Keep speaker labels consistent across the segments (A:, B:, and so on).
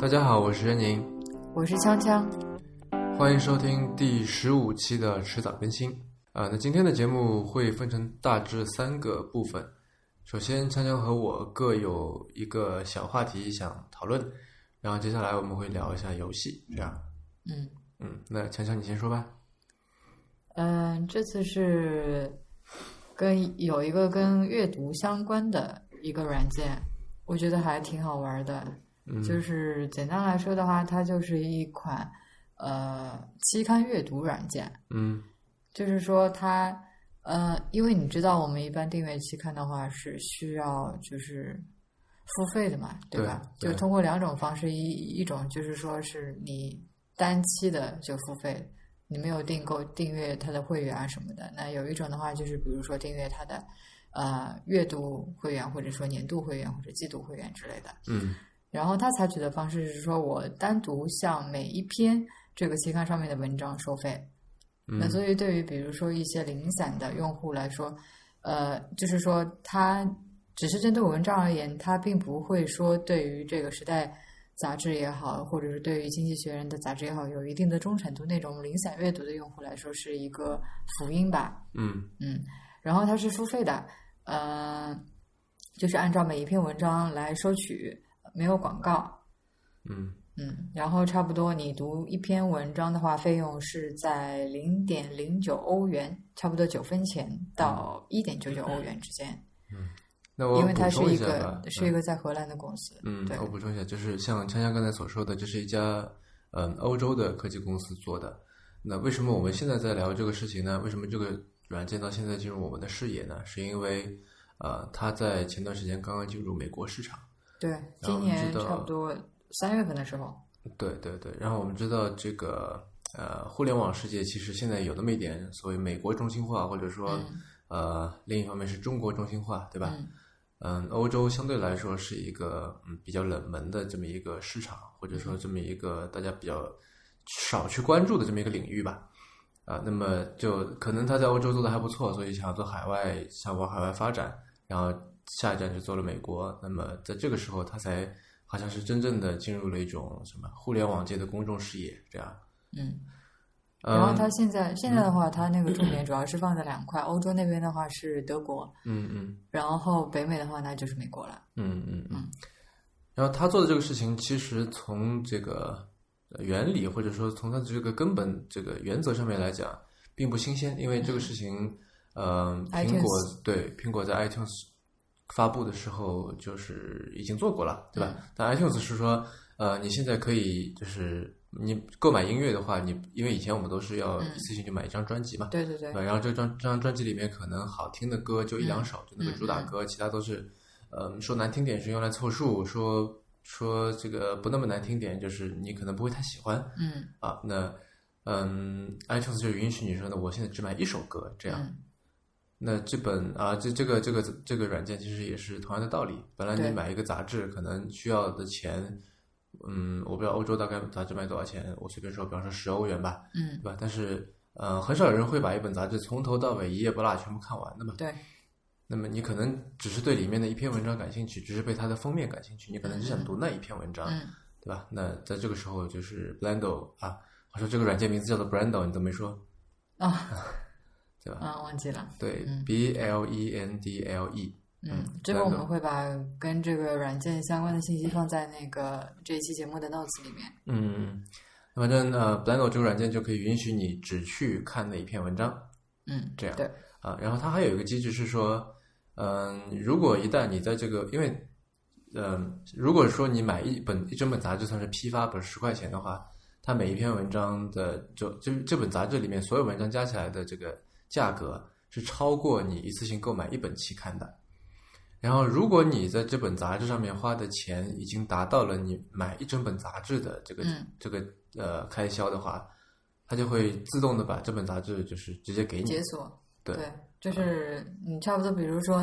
A: 大家好，我是任宁，
B: 我是锵锵。
A: 欢迎收听第十五期的迟早更新。啊、呃，那今天的节目会分成大致三个部分。首先，锵锵和我各有一个小话题想讨论，然后接下来我们会聊一下游戏，这样。
B: 嗯
A: 嗯，那锵锵你先说吧。
B: 嗯、这次是跟有一个跟阅读相关的一个软件，我觉得还挺好玩的。
A: 嗯，
B: 就是简单来说的话，它就是一款呃期刊阅读软件。
A: 嗯
B: 就是说它，呃，因为你知道，我们一般订阅期刊的话是需要就是付费的嘛，
A: 对
B: 吧？
A: 对
B: 就通过两种方式，一一种就是说是你单期的就付费，你没有订购订阅它的会员啊什么的。那有一种的话就是，比如说订阅它的呃月度会员，或者说年度会员或者季度会员之类的。
A: 嗯
B: 然后他采取的方式是说我单独向每一篇这个期刊上面的文章收费。
A: 嗯
B: 那所以对于比如说一些零散的用户来说，呃，就是说它只是针对文章而言，它并不会说对于这个时代杂志也好，或者是对于经济学人的杂志也好，有一定的忠诚度。那种零散阅读的用户来说是一个福音吧，
A: 嗯
B: 嗯。然后它是付费的，呃，就是按照每一篇文章来收取，没有广告，
A: 嗯
B: 嗯，然后差不多你读一篇文章的话，费用是在零点零九欧元，差不多九分钱
A: 嗯
B: 到一点九九欧元之间，
A: 那嗯我
B: 因为它
A: 补
B: 是
A: 充
B: 一
A: 下吧
B: 个。是一
A: 嗯
B: 个在荷兰的公司，
A: 嗯
B: 对，，
A: 我补充一下，就是像锵锵刚才所说的，这是一家嗯欧洲的科技公司做的。那为什么我们现在在聊这个事情呢？为什么这个软件到现在进入我们的视野呢？是因为呃，它在前段时间刚刚进入美国市场。
B: 对，今
A: 啊知
B: 年
A: 道
B: 差不多三月份的时候，
A: 对对对，然后我们知道这个呃，互联网世界其实现在有那么一点所谓美国中心化，或者说、呃，另一方面是中国中心化，对吧？
B: 嗯
A: 嗯，欧洲相对来说是一个嗯比较冷门的这么一个市场，或者
B: 嗯
A: 说这么一个大家比较少去关注的这么一个领域吧。啊，那么就可能他在欧洲做的还不错，所以想要做海外，想往海外发展，然后下一站就做了美国。那么在这个时候，他才好像是真正的进入了一种什么互联网界的公众视野，这样。
B: 嗯，
A: 嗯，
B: 然后它现在现在的话，它那个重点主要是放在两块，欧洲那边的话是德国，
A: 嗯嗯
B: 然后北美的话那就是美国了，
A: 嗯嗯嗯
B: 嗯。
A: 然后他做的这个事情，其实从这个呃原理或者说从他的这个根本这个原则上面来讲，并不新鲜，因为这个事情，嗯，苹果对苹果在 iTunes 发布的时候就是已经做过了，对吧？但 iTunes 是说，呃，你现在可以就是你购买音乐的话，你因为以前我们都是要一次性去买一张专辑嘛，
B: 对对嗯对
A: 对，吧？然后这张这张专辑里面可能好听的歌就一两首，就那个主打歌，其他都是，嗯，说难听点是用来凑数，说说这个不那么难听点，就是你可能不会太喜欢
B: 嗯
A: 啊。那嗯，iTunes 就允许你说呢，我现在只买一首歌这样。
B: 嗯
A: 那这本啊，这这个这个这个软件其实也是同样的道理。本来你
B: 对
A: 买一个杂志，可能需要的钱，嗯，我不知道欧洲大概杂志卖多少钱，我随便说，比方说十欧元吧，对
B: 嗯，
A: 吧？但是，呃，很少有人会把一本杂志从头到尾一页不落全部看完的嘛。
B: 对，
A: 那么你可能只是对里面的一篇文章感兴趣，只是被它的封面感兴趣，你可能只想读那一篇文章，
B: 嗯
A: 对吧？那在这个时候，就是 Blendo 啊，我说这个软件名字叫做 Blendo，你都没说，
B: 啊，
A: 对吧
B: 嗯，忘记了。
A: 对、
B: 嗯
A: b L E N D L E，
B: 嗯
A: 嗯，
B: 这个
A: 那
B: 我
A: 个
B: 们会把跟这个软件相关的信息放在那个这一期节目的 notes 里面。
A: 嗯，反正呃，Blendo 这个软件就可以允许你只去看那一篇文章，
B: 嗯，
A: 这样
B: 对，
A: 啊，然后它还有一个机制是说，嗯，如果一旦你在这个，因为，嗯，如果说你买一本一整本杂志算是批发，本十块钱的话，它每一篇文章的就就这本杂志里面所有文章加起来的这个价格是超过你一次性购买一本期刊的。然后，如果你在这本杂志上面花的钱已经达到了你买一整本杂志的这个、
B: 嗯
A: 这个呃开销的话，它就会自动的把这本杂志就是直接给你
B: 解锁，
A: 嗯对
B: 就是你差不多，比如说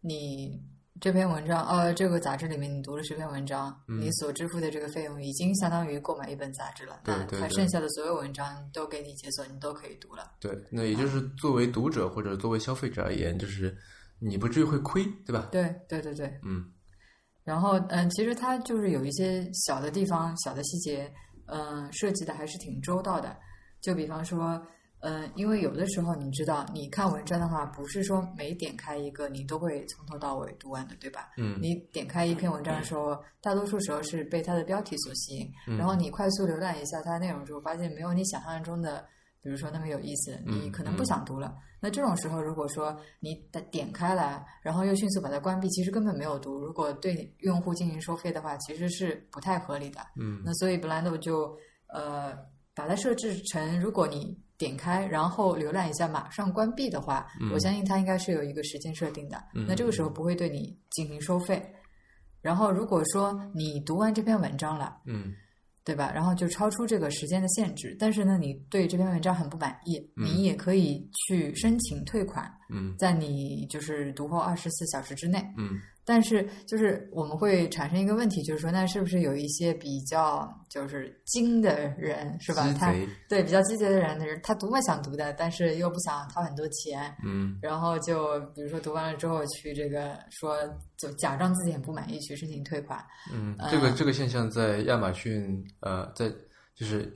B: 你这篇文章，呃，这个杂志里面你读了十篇文章，
A: 嗯
B: 你所支付的这个费用已经相当于购买一本杂志了。
A: 对
B: 那
A: 对
B: 它
A: 对
B: 剩下的所有文章都给你解锁，你都可以读了。
A: 对，那也就是作为读者或者作为消费者而言，就是你不至于会亏，对吧？
B: 对，对对对。
A: 嗯
B: 然后，嗯，其实它就是有一些小的地方、小的细节，嗯，设计的还是挺周到的。就比方说，嗯，因为有的时候你知道，你看文章的话，不是说每点开一个你都会从头到尾读完的，对吧？
A: 嗯
B: 你点开一篇文章的时候，大多数时候是被它的标题所吸引，
A: 嗯
B: 然后你快速浏览一下它的内容之后，发现没有你想象中的，比如说那么有意思，
A: 嗯
B: 你可能不想读了。那这种时候，如果说你点点开来，然后又迅速把它关闭，其实根本没有读。如果对用户进行收费的话，其实是不太合理的。
A: 嗯
B: 那所以 Blendo 就呃把它设置成，如果你点开然后浏览一下马上关闭的话，
A: 嗯
B: 我相信它应该是有一个时间设定的。
A: 嗯
B: 那这个时候不会对你进行收费。然后如果说你读完这篇文章了，
A: 嗯
B: 对吧？然后就超出这个时间的限制，但是呢，你对这篇文章很不满意，你也可以去申请退款，
A: 嗯
B: 在你就是读后二十四小时之内。
A: 嗯
B: 但是就是我们会产生一个问题，就是说，那是不是有一些比较就是精的人是吧？
A: 鸡
B: 他
A: 贼
B: 对比较鸡贼的人，就是他读嘛想读的，但是又不想掏很多钱，
A: 嗯
B: 然后就比如说读完了之后去这个说就假装自己很不满意去申请退款，
A: 嗯，
B: 呃
A: 这个这个现象在亚马逊呃，在就是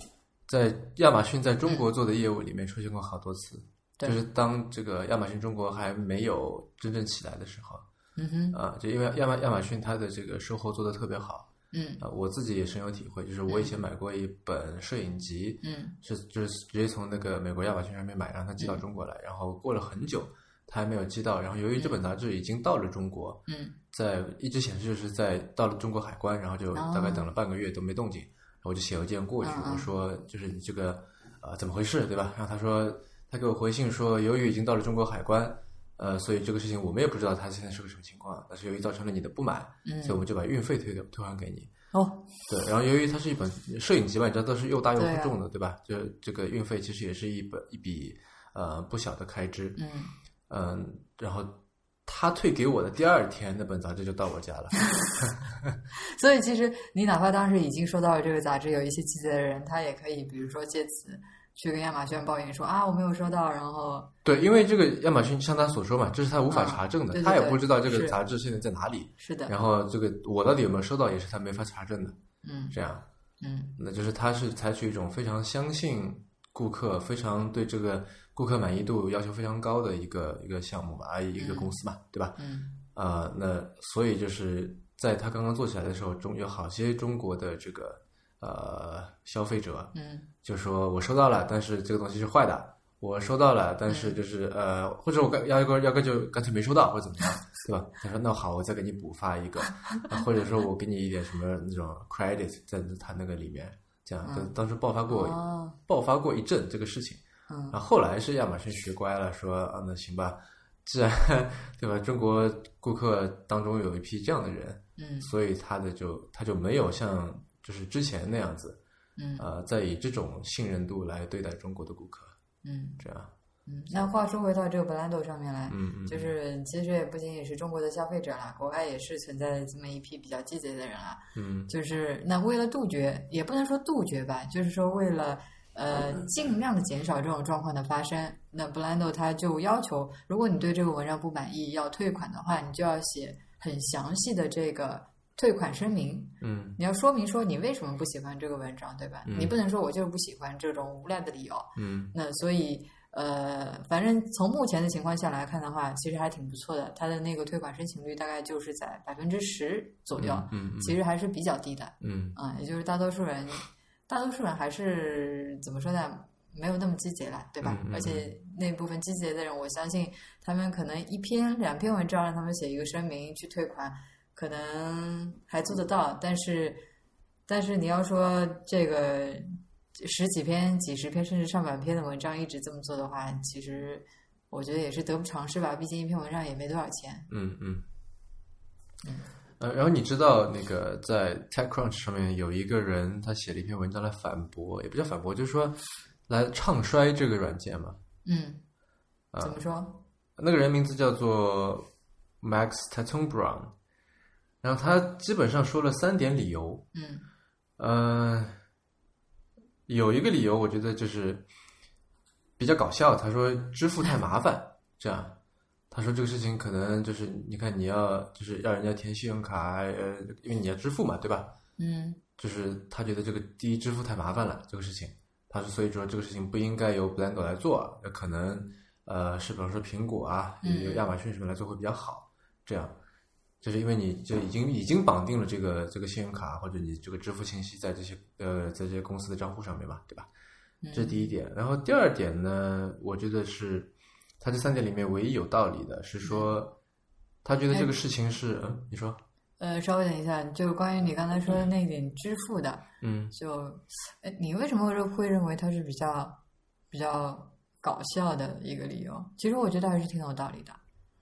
A: 在亚马逊在中国做的业务里面出现过好多次，
B: 对
A: 就是当这个亚马逊中国还没有真正起来的时候
B: 嗯哼，
A: 啊，就因为亚马亚马逊它的这个售后做的特别好
B: 嗯
A: 啊，我自己也深有体会，就是我以前买过一本摄影集，
B: 嗯
A: 是就是直接从那个美国亚马逊上面买，让他寄到中国来，然后过了很久他还没有寄到，然后由于这本杂志已经到了中国，
B: 嗯
A: 在一直显示就是在到了中国海关，然后就
B: 哦
A: 大概等了半个月都没动静，然后我就写邮件过去
B: 嗯，嗯
A: 我说就是你这个呃怎么回事对吧？然后他说他给我回信说，由于已经到了中国海关，呃，所以这个事情我们也不知道他现在是个什么情况，但是由于造成了你的不满，
B: 嗯
A: 所以我们就把运费退给退还给你。
B: 哦，
A: 对，然后由于它是一本摄影集嘛，你知道都是又大又
B: 对
A: 厚
B: 啊
A: 重的，对吧？这这个运费其实也是一本一笔呃不小的开支。
B: 嗯
A: 嗯，然后他退给我的第二天，那本杂志就到我家了。
B: 所以其实你哪怕当时已经收到了这个杂志，有一些鸡贼的人，他也可以比如说借此去跟亚马逊抱怨说啊我没有收到，然后
A: 对，因为这个亚马逊像他所说嘛，这是他无法
B: 嗯
A: 查证的，
B: 对对
A: 他也
B: 对
A: 不知道这个
B: 是
A: 杂志现在在哪里。
B: 是的，
A: 然后这个我到底有没有收到，也是他没法查证的。
B: 嗯
A: 这样，
B: 嗯
A: 那就是他是采取一种非常相信顾客、非常对这个顾客满意度要求非常高的一个一个项目吧，啊，一个公司嘛，对吧？
B: 嗯
A: 啊、那所以就是在他刚刚做起来的时候，中有好些中国的这个呃消费者
B: 嗯
A: 就说我收到了，但是这个东西是坏的，我收到了，但是就是呃，或者我干要个要个就干脆没收到或者怎么样，对吧？他说那好，我再给你补发一个，啊或者说我给你一点什么那种 credit 在他那个里面，这样，就当时爆发过、啊
B: 哦
A: 爆发过一阵这个事情。
B: 嗯
A: 然后后来是亚马逊学乖了，说啊，那行吧，既然对吧，中国顾客当中有一批这样的人，
B: 嗯
A: 所以他的就他就没有像就是之前那样子，
B: 嗯
A: 呃，再以这种信任度来对待中国的顾客，
B: 嗯
A: 这样，
B: 嗯。那话说回到这个 Blando 上面来，
A: 嗯嗯，
B: 就是其实也不仅仅是中国的消费者啦，国外也是存在这么一批比较鸡贼的人啊。
A: 嗯
B: 就是那为了杜绝，也不能说杜绝吧，就是说为了呃尽量的减少这种状况的发生，那 Blando 他就要求，如果你对这个文章不满意要退款的话，你就要写很详细的这个退款声明，
A: 嗯
B: 你要说明说你为什么不喜欢这个文章，对吧？
A: 嗯
B: 你不能说我就是不喜欢这种无赖的理由。
A: 嗯
B: 那所以呃，反正从目前的情况下来看的话，其实还挺不错的，它的那个退款申请率大概就是在百分之十左右，
A: 嗯嗯
B: 其实还是比较低的。
A: 嗯
B: 啊、也就是大多数人，大多数人还是怎么说呢？没有那么积极了，对吧？
A: 嗯嗯
B: 而且那部分积极的人，我相信他们可能一篇两篇文章让他们写一个声明去退款，可能还做得到。但是，但是你要说这个十几篇、几十篇甚至上百篇的文章一直这么做的话，其实我觉得也是得不偿失吧。毕竟一篇文章也没多少钱。
A: 嗯嗯，
B: 嗯
A: 呃，然后你知道那个在 TechCrunch 上面有一个人他写了一篇文章来反驳，也不叫反驳，就是说来唱衰这个软件嘛。
B: 嗯，
A: 啊
B: 怎么说？
A: 那个人名字叫做 Max Tatum Brown，然后他基本上说了三点理由。
B: 嗯
A: 呃，有一个理由我觉得就是比较搞笑，他说支付太麻烦，这样他说这个事情可能就是你看你要就是要人家填信用卡，呃，因为你要支付嘛，对吧？
B: 嗯
A: 就是他觉得这个第一支付太麻烦了，这个事情，他说所以说这个事情不应该由 Blender 来做，那可能呃是比方说苹果啊，
B: 嗯
A: 由亚马逊什么来做会比较好，这样。就是因为你就已经已经绑定了这个这个信用卡或者你这个支付信息在这些呃在这些公司的账户上面嘛，对吧？
B: 嗯，
A: 这是第一点。然后第二点呢，我觉得是他这三点里面唯一有道理的，是
B: 嗯
A: 说他觉得
B: 哎
A: 这个事情是，嗯，你说，
B: 呃，稍微等一下，就是关于你刚才说的那点支付的，
A: 嗯，
B: 就，呃你为什么会会认为它是比较比较搞笑的一个理由？其实我觉得还是挺有道理的。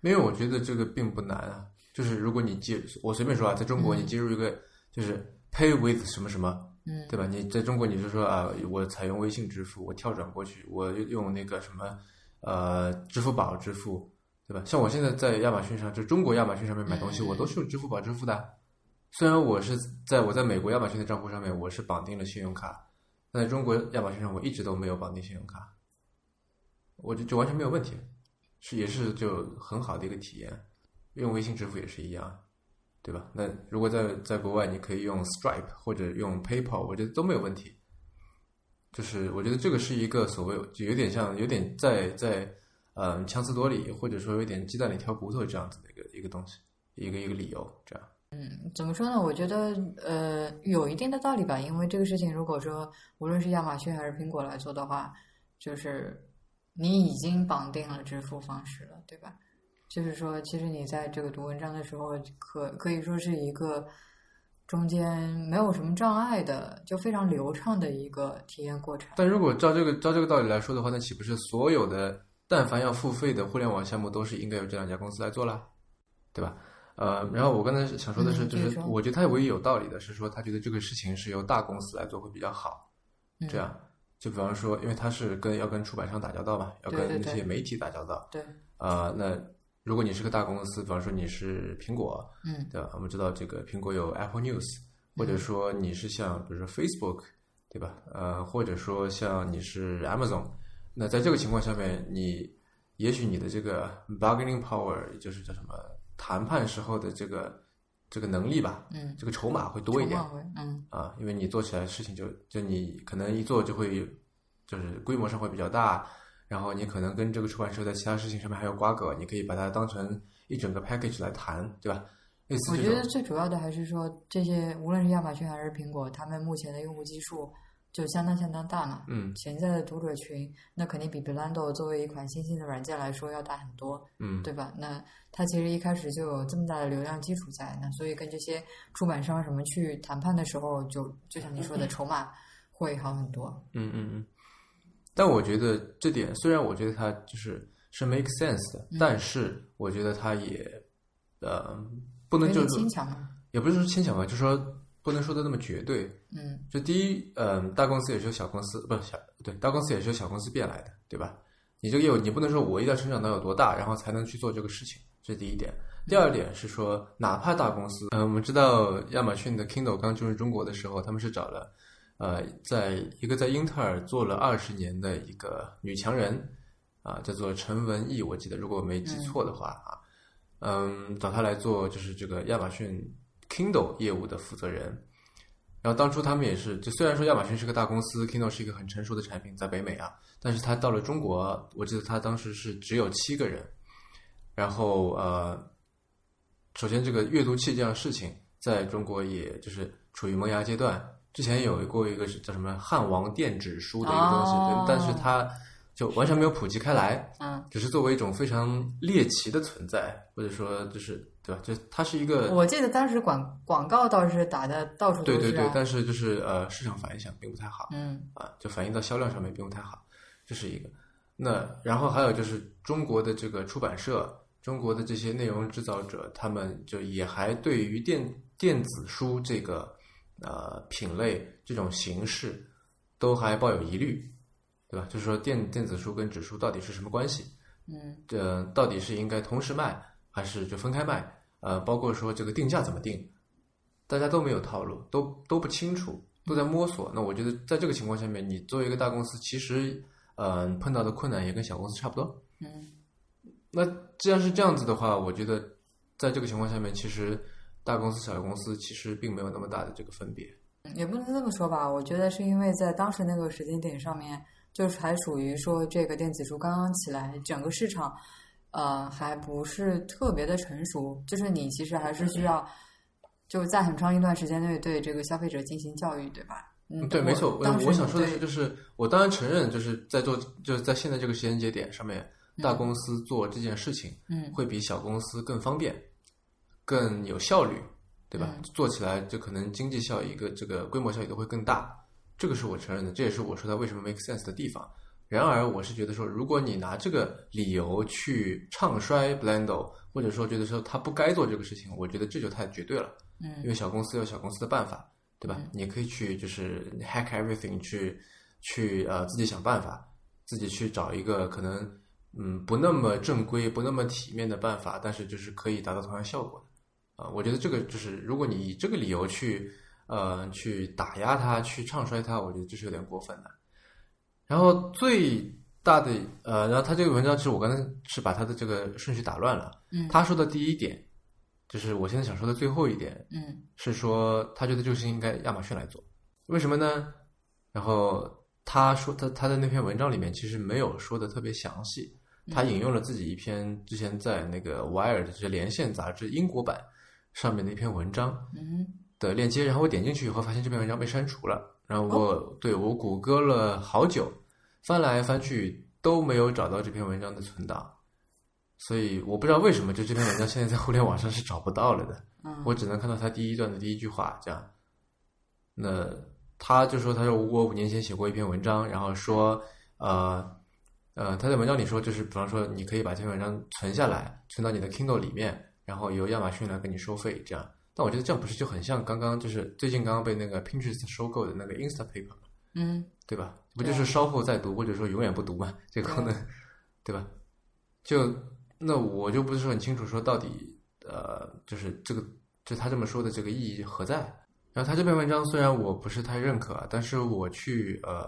A: 因为我觉得这个并不难啊，就是如果你接，我随便说啊，在中国
B: 嗯
A: 你接入一个就是 pay with 什么什么，
B: 嗯，
A: 对吧？你在中国你就说啊，我采用微信支付，我跳转过去，我用那个什么呃支付宝支付，对吧？像我现在在亚马逊上，就中国亚马逊上面买东西，
B: 嗯
A: 我都是用支付宝支付的。虽然我是在我在美国亚马逊的账户上面，我是绑定了信用卡，但在中国亚马逊上我一直都没有绑定信用卡，我就就完全没有问题，是也是就很好的一个体验。用微信支付也是一样，对吧？那如果在在国外，你可以用 Stripe 或者用 PayPal，我觉得都没有问题。就是我觉得这个是一个所谓就有点像有点在在嗯强词夺理，或者说有点鸡蛋里挑骨头这样子的一个一个东西，一个一个理由这样。
B: 怎么说呢？我觉得呃有一定的道理吧，因为这个事情如果说无论是亚马逊还是苹果来做的话，就是你已经绑定了支付方式了，对吧？就是说，其实你在这个读文章的时候可，可以说是一个中间没有什么障碍的，就非常流畅的一个体验过程。
A: 但如果照这个照这个道理来说的话，那岂不是所有的但凡要付费的互联网项目都是应该由这两家公司来做啦，对吧？呃，然后我刚才想说的是，
B: 嗯
A: 就是
B: 这个
A: 我觉得他唯一有道理的是说，他觉得这个事情是由大公司来做会比较好，
B: 嗯
A: 这样。就比方说，因为他是跟要跟出版商打交道嘛，要
B: 对对
A: 跟那
B: 对
A: 些媒体打交道
B: 对，
A: 啊、那如果你是个大公司，比方说你是苹果，
B: 嗯
A: 对吧？我们知道这个苹果有 Apple News，或者说你是像比如说 Facebook，对吧？呃，或者说像你是 Amazon，那在这个情况下面，你也许你的这个 bargaining power，也就是叫什么谈判时候的这个这个能力吧，
B: 嗯，
A: 这个筹码会多一点
B: 筹码会嗯
A: 啊，因为你做起来事情就就你可能一做就会就是规模上会比较大，然后你可能跟这个出版社在其他事情上面还有瓜葛，你可以把它当成一整个 package 来谈，对吧？类似
B: 我
A: 这
B: 觉
A: 种。
B: 得最主要的还是说，这些无论是亚马逊还是苹果，他们目前的用户基数就相当相当大嘛。
A: 嗯
B: 潜在的读者群，那肯定比 Blendo 作为一款新兴的软件来说要大很多，
A: 嗯，
B: 对吧？那它其实一开始就有这么大的流量基础在，那所以跟这些出版商什么去谈判的时候就，就像你说 的，筹码会好很多。
A: 嗯嗯嗯。但我觉得这点，虽然我觉得它就是是 make sense 的，
B: 嗯
A: 但是我觉得它也呃不
B: 有
A: 能就
B: 点
A: 是
B: 牵强嘛，
A: 也不是说牵强吧，就说不能说的那么绝对。
B: 嗯
A: 就第一，嗯、大公司也是由小公司，不是小对，大公司也是由小公司变来的，对吧？你这个业务，你不能说我一定要成长到有多大，然后才能去做这个事情，这是第一点。第二点是说，哪怕大公司，嗯、我们知道亚马逊的 Kindle 刚进入中国的时候，他们是找了，呃，在一个在英特尔做了二十年的一个女强人，啊、叫做陈文艺，我记得，如果我没记错的话啊，嗯，找她来做就是这个亚马逊 Kindle 业务的负责人。然后当初他们也是，就虽然说亚马逊是个大公司，Kindle 是一个很成熟的产品，在北美啊，但是它到了中国，我记得它当时是只有七个人。然后呃，首先这个阅读器这样的事情，在中国也就是处于萌芽阶段。之前有过一个是叫什么汉王电子书的一个东西，
B: 哦
A: 对但是它就完全没有普及开来，
B: 嗯，
A: 只是作为一种非常猎奇的存在，或者说就是对吧？就它是一个
B: 我记得当时广广告倒是打的到处都
A: 对
B: 是、啊，
A: 对对，但是就是呃市场反响并不太好
B: 嗯
A: 啊，就反映到销量上面并不太好，这是一个。那然后还有就是中国的这个出版社，中国的这些内容制造者，他们就也还对于电电子书这个呃品类这种形式，都还抱有疑虑，对吧？就是说电电子书跟纸书到底是什么关系？
B: 嗯
A: 这到底是应该同时卖还是就分开卖？呃，包括说这个定价怎么定，大家都没有套路，都都不清楚，都在摸索。那我觉得在这个情况下面，你作为一个大公司，其实嗯、呃碰到的困难也跟小公司差不多。
B: 嗯，
A: 那既然是这样子的话，我觉得在这个情况下面，其实大公司、小公司其实并没有那么大的这个分别。
B: 也不能这么说吧，我觉得是因为在当时那个时间点上面，就是还属于说这个电子书刚刚起来，整个市场，呃，还不是特别的成熟，就是你其实还是需要，就在很长一段时间内对这个消费者进行教育，对吧？嗯，
A: 对，没错。我
B: 当时
A: 我想说的
B: 对
A: 是，就是我当然承认，就是在做，就是在现在这个时间节点上面，大公司做这件事情
B: 嗯
A: 会比小公司更方便、更有效率，对吧？
B: 嗯
A: 做起来就可能经济效益、跟这个规模效益都会更大，这个是我承认的，这也是我说它为什么 make sense 的地方。然而，我是觉得说，如果你拿这个理由去唱衰 Blendo，或者说觉得说他不该做这个事情，我觉得这就太绝对了。
B: 嗯
A: 因为小公司有小公司的办法，对吧？
B: 嗯
A: 你可以去就是 hack everything 去去呃自己想办法，自己去找一个可能嗯不那么正规、不那么体面的办法，但是就是可以达到同样效果的啊、我觉得这个就是如果你以这个理由去呃去打压它、去唱衰它，我觉得这是有点过分的。然后最大的呃，然后他这个文章其实我刚才是把他的这个顺序打乱了。
B: 嗯
A: 他说的第一点，就是我现在想说的最后一点，
B: 嗯
A: 是说他觉得就是应该亚马逊来做，为什么呢？然后他说他他的那篇文章里面其实没有说的特别详细，他引用了自己一篇之前在那个《Wired》就是《连线》杂志英国版上面的一篇文章
B: 嗯
A: 的链接，然后我点进去以后发现这篇文章被删除了，然后我、对我谷歌了好久，翻来翻去都没有找到这篇文章的存档。所以我不知道为什么，就这篇文章现在在互联网上是找不到了的。
B: 嗯，
A: 我只能看到他第一段的第一句话，这样。那他就说，他说我五年前写过一篇文章，然后说，呃，呃，他在文章里说，就是比方说，你可以把这篇文章存下来，存到你的 Kindle 里面，然后由亚马逊来给你收费，这样。但我觉得这样不是就很像刚刚就是最近刚刚被那个 Pinterest 收购的那个 Instapaper 吗
B: 嗯
A: 对吧？不
B: 对
A: 就是稍后再读，或者说永远不读嘛？这个功能， 对吧？就那我就不是很清楚，说到底，呃，就是这个，就他这么说的这个意义何在？然后他这篇文章虽然我不是太认可啊，但是我去呃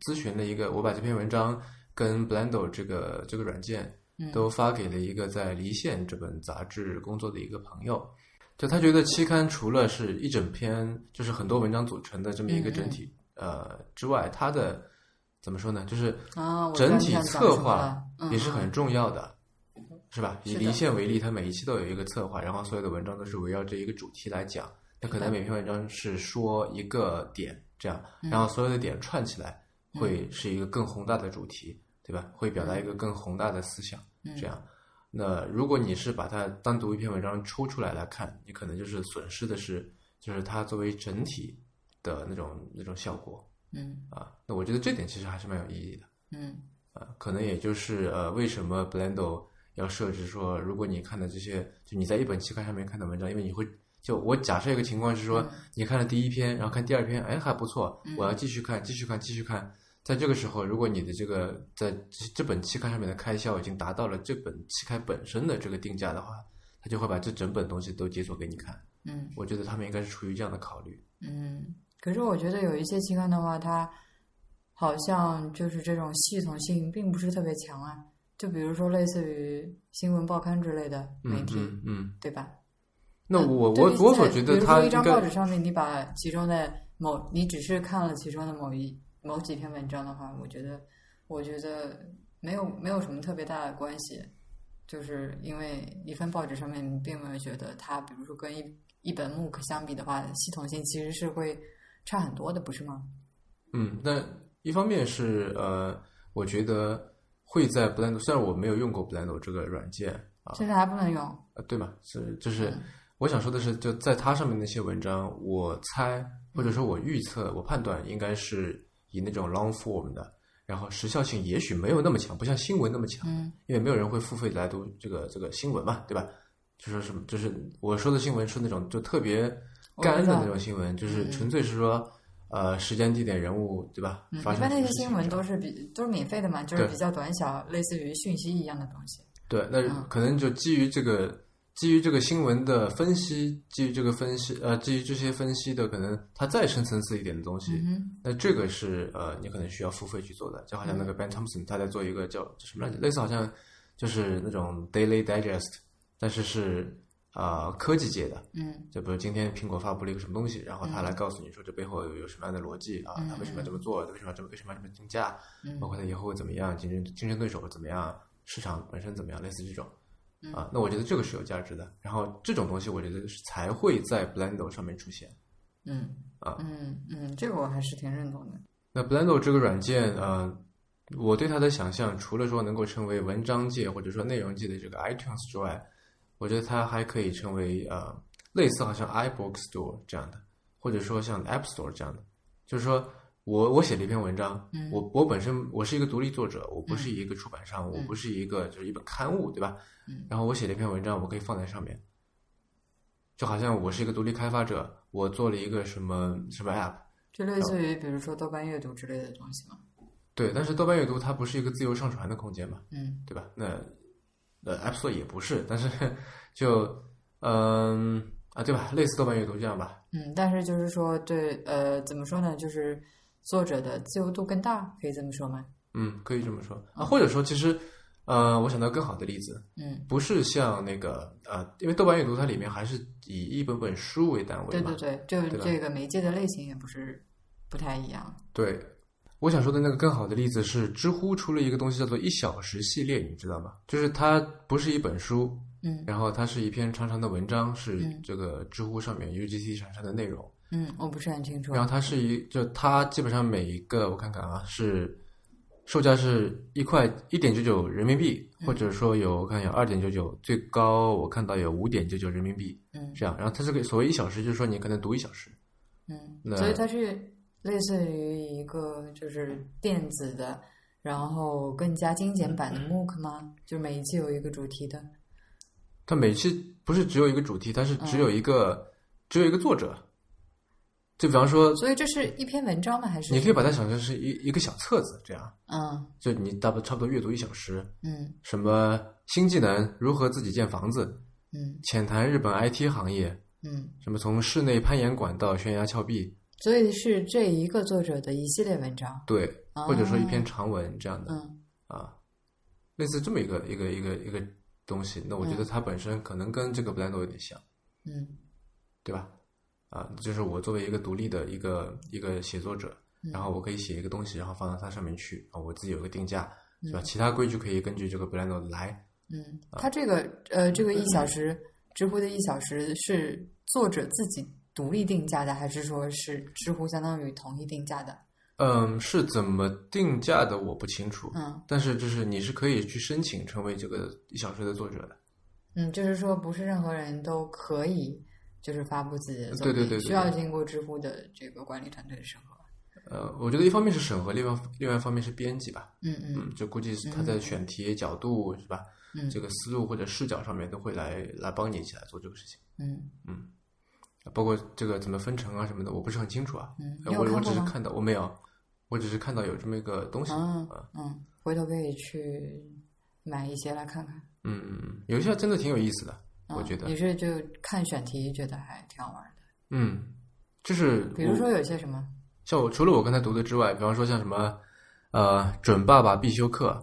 A: 咨询了一个，我把这篇文章跟 Blendo 这个这个软件
B: 嗯
A: 都发给了一个在《离线》这本杂志工作的一个朋友，就他觉得期刊除了是一整篇，就是很多文章组成的这么
B: 嗯
A: 一个整体呃之外，它的怎么说呢，就是
B: 啊，我
A: 整
B: 刚
A: 体
B: 想讲
A: 策
B: 什么
A: 划
B: 了嗯
A: 也是
B: 嗯
A: 很重要的，是吧？以
B: 是的
A: 离线为例，它每一期都有一个策划，然后所有的文章都是围绕这一个主题来讲。那可能每篇文章是说一个点，这样，
B: 嗯
A: 然后所有的点串起来，会是一个更宏大的主题，对吧？会表达一个更宏大的思想，
B: 嗯
A: 这样。那如果你是把它单独一篇文章抽出来来看，你可能就是损失的是，就是它作为整体的那种那种效果
B: 嗯
A: 啊。那我觉得这点其实还是蛮有意义的。
B: 嗯
A: 啊，可能也就是呃，为什么 Blendo 要设置说，如果你看的这些，就你在一本期刊上面看的文章，因为你会，就我假设一个情况是
B: 嗯
A: 说，你看了第一篇，然后看第二篇，哎还不错，我要继续看，继续看，继续看。在这个时候，如果你的这个在这这本期刊上面的开销已经达到了这本期刊本身的这个定价的话，他就会把这整本东西都解锁给你看。
B: 嗯。
A: 我觉得他们应该是出于这样的考虑。
B: 嗯，可是我觉得有一些期刊的话，它好像就是这种系统性并不是特别强啊。就比如说类似于新闻报刊之类的媒
A: 嗯
B: 体，
A: 嗯嗯。
B: 对吧？
A: 那
B: 嗯
A: 我
B: 对
A: 我
B: 比起
A: 我所
B: 来
A: 觉
B: 比
A: 得
B: 如
A: 他
B: 说一张
A: 应该
B: 报纸上面，你把其中的某，你只是看了其中的某一某几篇文章的话，我觉得，我觉得没有没有什么特别大的关系，就是因为一份报纸上面，你并没有觉得它，比如说跟一一本 MOOC 相比的话，系统性其实是会差很多的，不是吗？
A: 嗯，那一方面是呃，我觉得会在 Blender，虽然我没有用过 Blender 这个软件啊，
B: 现在还不能用，
A: 呃对吗？是就是我想说的是，就在它上面那些文章，我猜或者说我预测、我判断应该是以那种 long form 的，然后时效性也许没有那么强，不像新闻那么强，
B: 嗯
A: 因为没有人会付费来读这个这个新闻嘛，对吧？就说什么，就是我说的新闻是那种就特别干的那种新闻，就是
B: 嗯
A: 纯粹是说，呃，时间、地点、人物，对吧？
B: 嗯，一
A: 发生
B: 般
A: 什
B: 那
A: 么
B: 些
A: 事情
B: 新闻
A: 这样
B: 都是比都是免费的嘛，就是
A: 对
B: 比较短小，类似于讯息一样的东西。
A: 对，那
B: 嗯
A: 可能就基于这个，基于这个新闻的分析，基于这个分析，呃，基于这些分析的，可能它再深层次一点的东西，
B: 嗯哼，
A: 那这个是呃，你可能需要付费去做的，就好像那个 Ben Thompson 他在做一个叫叫什么来着，类似好像就是那种 Daily Digest，但是是呃科技界的，
B: 嗯
A: 就比如今天苹果发布了一个什么东西，然后他来告诉你说这背后有有什么样的逻辑啊，他为什么要这么做，为什么要这么为什么要这么定价，
B: 嗯
A: 包括他以后会怎么样，竞争竞争对手会怎么样，市场本身怎么样，类似这种。啊，那我觉得这个是有价值的。然后这种东西，我觉得是才会在 Blendo 上面出现。
B: 嗯
A: 啊
B: 嗯嗯，这个我还是挺认同的。
A: 那 Blendo 这个软件，呃，我对它的想象，除了说能够成为文章界或者说内容界的这个 iTunes 之外，我觉得它还可以成为呃类似好像 iBook Store 这样的，或者说像 App Store 这样的。就是说我我写了一篇文章，
B: 嗯
A: 我我本身我是一个独立作者，我不是一个出版商，我不是一个就是一本刊物，对吧？
B: 嗯
A: 然后我写了一篇文章，我可以放在上面，就好像我是一个独立开发者，我做了一个什么什么 App。
B: 就类
A: 嗯
B: 似于比如说豆瓣阅读之类的东西嘛。
A: 对，但是豆瓣阅读它不是一个自由上传的空间嘛，
B: 嗯
A: 对吧？那呃，App Store 也不是，但是就嗯啊，对吧？类似豆瓣阅读这样吧，
B: 嗯，但是就是说对呃，怎么说呢？就是作者的自由度更大，可以这么说吗？
A: 嗯，可以这么说啊。或者说，其实呃，我想到更好的例子，
B: 嗯，
A: 不是像那个呃，因为豆瓣阅读它里面还是以一本本书为单位
B: 对
A: 嘛
B: 对，对，就
A: 对吧
B: 这个媒介的类型也不是不太一样。
A: 对。我想说的那个更好的例子是，知乎出了一个东西叫做“一小时系列”，你知道吗？就是它不是一本书，
B: 嗯
A: 然后它是一篇长长的文章，是
B: 嗯
A: 这个知乎上面 UGC 上上的内容。
B: 嗯，我不是很清楚。
A: 然后它是一，就它基本上每一个我看看啊，是售价是一块一点九九人民币，或
B: 嗯
A: 者说有我看有二点九九，最高我看到有五点九九人民币
B: 嗯
A: 这样。然后它这个所谓一小时，就是说你可能读一小时，
B: 嗯，
A: 那
B: 所以它是类似于一个就是电子的，然后更加精简版的 MOOC 吗？就是每一期有一个主题的。
A: 它每期不是只有一个主题，它是只
B: 嗯
A: 有一个、只有一个作者。就比方说，
B: 所以这是一篇文章吗？还是
A: 你可以把它想象是一一个小册子这样，
B: 嗯
A: 就你大不差不多阅读一小时，
B: 嗯
A: 什么新技能，如何自己建房子，
B: 嗯
A: 浅谈日本 IT 行业，
B: 嗯，
A: 什么从室内攀岩馆到悬崖峭壁，
B: 所以是这一个作者的一系列文章。
A: 对，
B: 哦
A: 或者说一篇长文这样的、
B: 嗯
A: 啊，类似这么一个一个一个一个东西。那我觉得它本身可能跟这个 Blendo 有点像，
B: 嗯
A: 对吧？啊，就是我作为一个独立的一个一个写作者，
B: 嗯
A: 然后我可以写一个东西，然后放到它上面去啊，我自己有个定价，对吧？
B: 嗯
A: 其他规矩可以根据这个 Blendo 来。
B: 嗯，它这个呃，这个一小时知乎的一小时是作者自己独立定价的，还是说是知乎相当于统一定价的？
A: 嗯，是怎么定价的我不清楚，
B: 嗯
A: 但是就是你是可以去申请成为这个一小时的作者的。
B: 嗯，就是说不是任何人都可以就是发布自己的作
A: 对
B: 品，
A: 对对对
B: 需要
A: 对
B: 经过知乎的这个管理团队的审核。
A: 呃，我觉得一方面是审核，另外另外一方面是编辑吧，
B: 嗯嗯
A: 嗯，就估计是他在选题角度、是吧，
B: 嗯
A: 这个思路或者视角上面都会来来帮你一起来做这个事情，
B: 嗯
A: 包括这个怎么分成啊什么的，我不是很清楚啊，
B: 嗯，
A: 呃
B: 你有
A: 我
B: 看
A: 我
B: 过
A: 只是
B: 吗？
A: 看到我没有，我只是看到有这么一个东西
B: 嗯
A: 啊，
B: 嗯，回头可以去买一些来看看。
A: 嗯嗯，嗯有一些真的挺有意思的，
B: 嗯
A: 我觉得
B: 你，是就看选题觉得还挺好玩的，
A: 嗯，就是
B: 比如
A: 我
B: 说有些什么，
A: 像我除了我刚才读的之外，比方说像什么，呃，准爸爸必修课，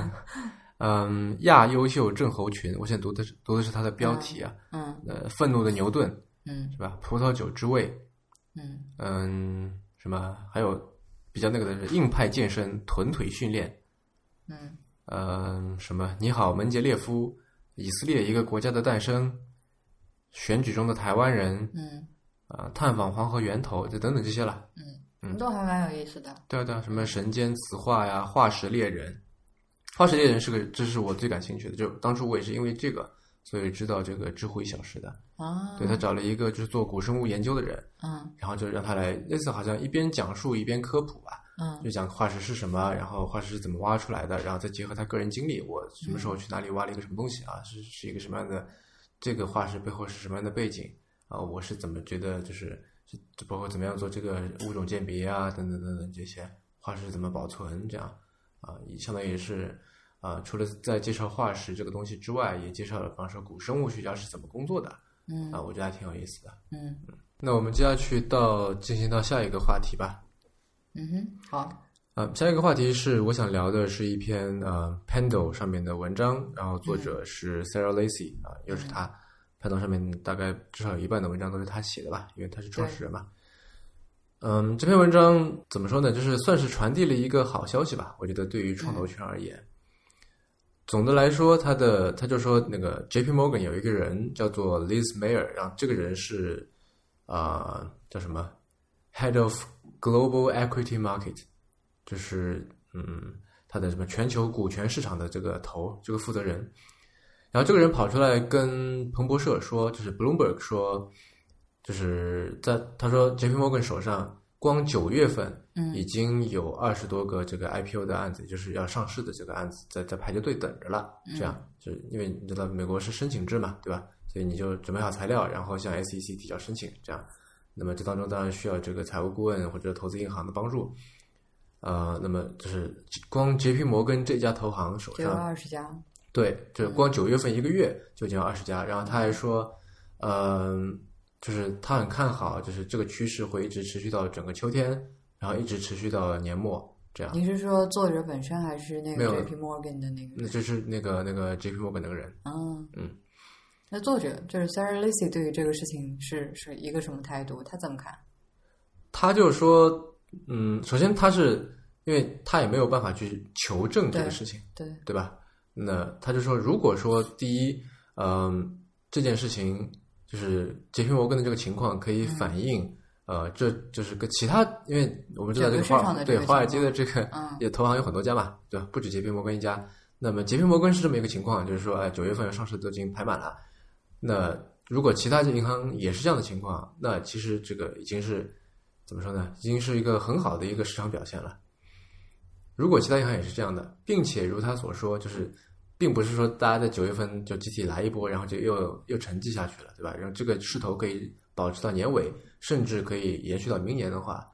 A: 嗯，亚优秀症候群，我现在读的是读的是它的标题啊，
B: 嗯
A: 呃，愤怒的牛顿
B: 嗯
A: 是吧？葡萄酒之味，
B: 嗯
A: 嗯，什么还有比较那个的是硬派健身、臀腿训练，
B: 嗯
A: 嗯，什么你好门捷列夫，以色列一个国家的诞生，选举中的台湾人，
B: 嗯
A: 啊、探访黄河源头，就等等这些了。嗯
B: 嗯，都还蛮有意思的。
A: 对啊，对啊，什么神间词话呀，化石猎人，化石猎人是个，这是我最感兴趣的。就当初我也是因为这个，所以知道这个知乎一小时的。
B: 啊，
A: 对他找了一个就是做古生物研究的人，
B: 嗯
A: 然后就让他来，类似好像一边讲述一边科普吧，
B: 嗯
A: 就讲化石是什么，然后化石是怎么挖出来的，然后再结合他个人经历，我什么时候
B: 嗯
A: 去哪里挖了一个什么东西啊，是是一个什么样的，这个化石背后是什么样的背景啊，我是怎么觉得就是是包括怎么样做这个物种鉴别啊，等等等等这些化石怎么保存这样啊，也相当于是。啊，除了在介绍化石这个东西之外，也介绍了，比方说古生物学家是怎么工作的
B: 嗯
A: 啊，我觉得还挺有意思的。
B: 嗯
A: 那我们接下去到进行到下一个话题吧。
B: 嗯哼，好，
A: 呃，下一个话题是我想聊的是一篇呃 Pando 上面的文章，然后作者是 Sarah Lacy 啊、又是他。Pando 上面大概至少有一半的文章都是他写的吧，因为他是创始人嘛。嗯，这篇文章怎么说呢？就是算是传递了一个好消息吧。我觉得对于创投圈而言，总的来说，他的他就说那个 J P Morgan 有一个人叫做 Liz Mayer，然后这个人是啊、呃叫什么 Head of Global Equity Market，就是嗯他的什么全球股权市场的这个头这个负责人。然后这个人跑出来跟彭博社说，就是 Bloomberg 说，就是在他说 J P Morgan 手上光九月份
B: 嗯
A: 已经有二十多个这个 I P O 的案子，就是要上市的这个案子在在排着队等着了。这样，就是因为你知道美国是申请制嘛，对吧？所以你就准备好材料，然后向 S E C 提交申请，这样。那么这当中当然需要这个财务顾问或者投资银行的帮助。呃，那么就是光 J P 摩根这家投行手
B: 只有
A: 上
B: 二十家，
A: 对，
B: 嗯
A: 就是光九月份一个月就已经有二十家，然后他还说，嗯，就是他很看好，就是这个趋势会一直持续到整个秋天，然后一直持续到年末这样。
B: 你是说作者本身还是那
A: 没
B: 个
A: 有
B: J.P. Morgan 的那个？
A: 那就是那个那个 J P Morgan 那个人，
B: 嗯
A: 嗯。
B: 那作者就是 Sarah Lacy 对于这个事情是是一个什么态度？他怎么看？
A: 他就说，嗯，首先他是因为他也没有办法去求证这个
B: 对
A: 事情，
B: 对，
A: 对吧？那他就说，如果说第一，嗯、这件事情就是杰皮摩根的这个情况可以
B: 嗯
A: 反映，呃，这就是跟其他，因为我们知道这
B: 整
A: 个华
B: 个市场
A: 尔
B: 的
A: 对
B: 这个
A: 华尔
B: 情
A: 街的这个
B: 嗯
A: 也投行有很多家嘛，对吧？不止杰皮摩根一家。那么杰皮摩根是这么一个情况，就是说，哎，九月份上市都已经排满了。那如果其他银行也是这样的情况，那其实这个已经是怎么说呢？已经是一个很好的一个市场表现了。如果其他银行也是这样的，并且如他所说，就是并不是说大家在九月份就集体来一波，然后就又又沉寂下去了，对吧？然后这个势头可以保持到年尾，甚至可以延续到明年的话，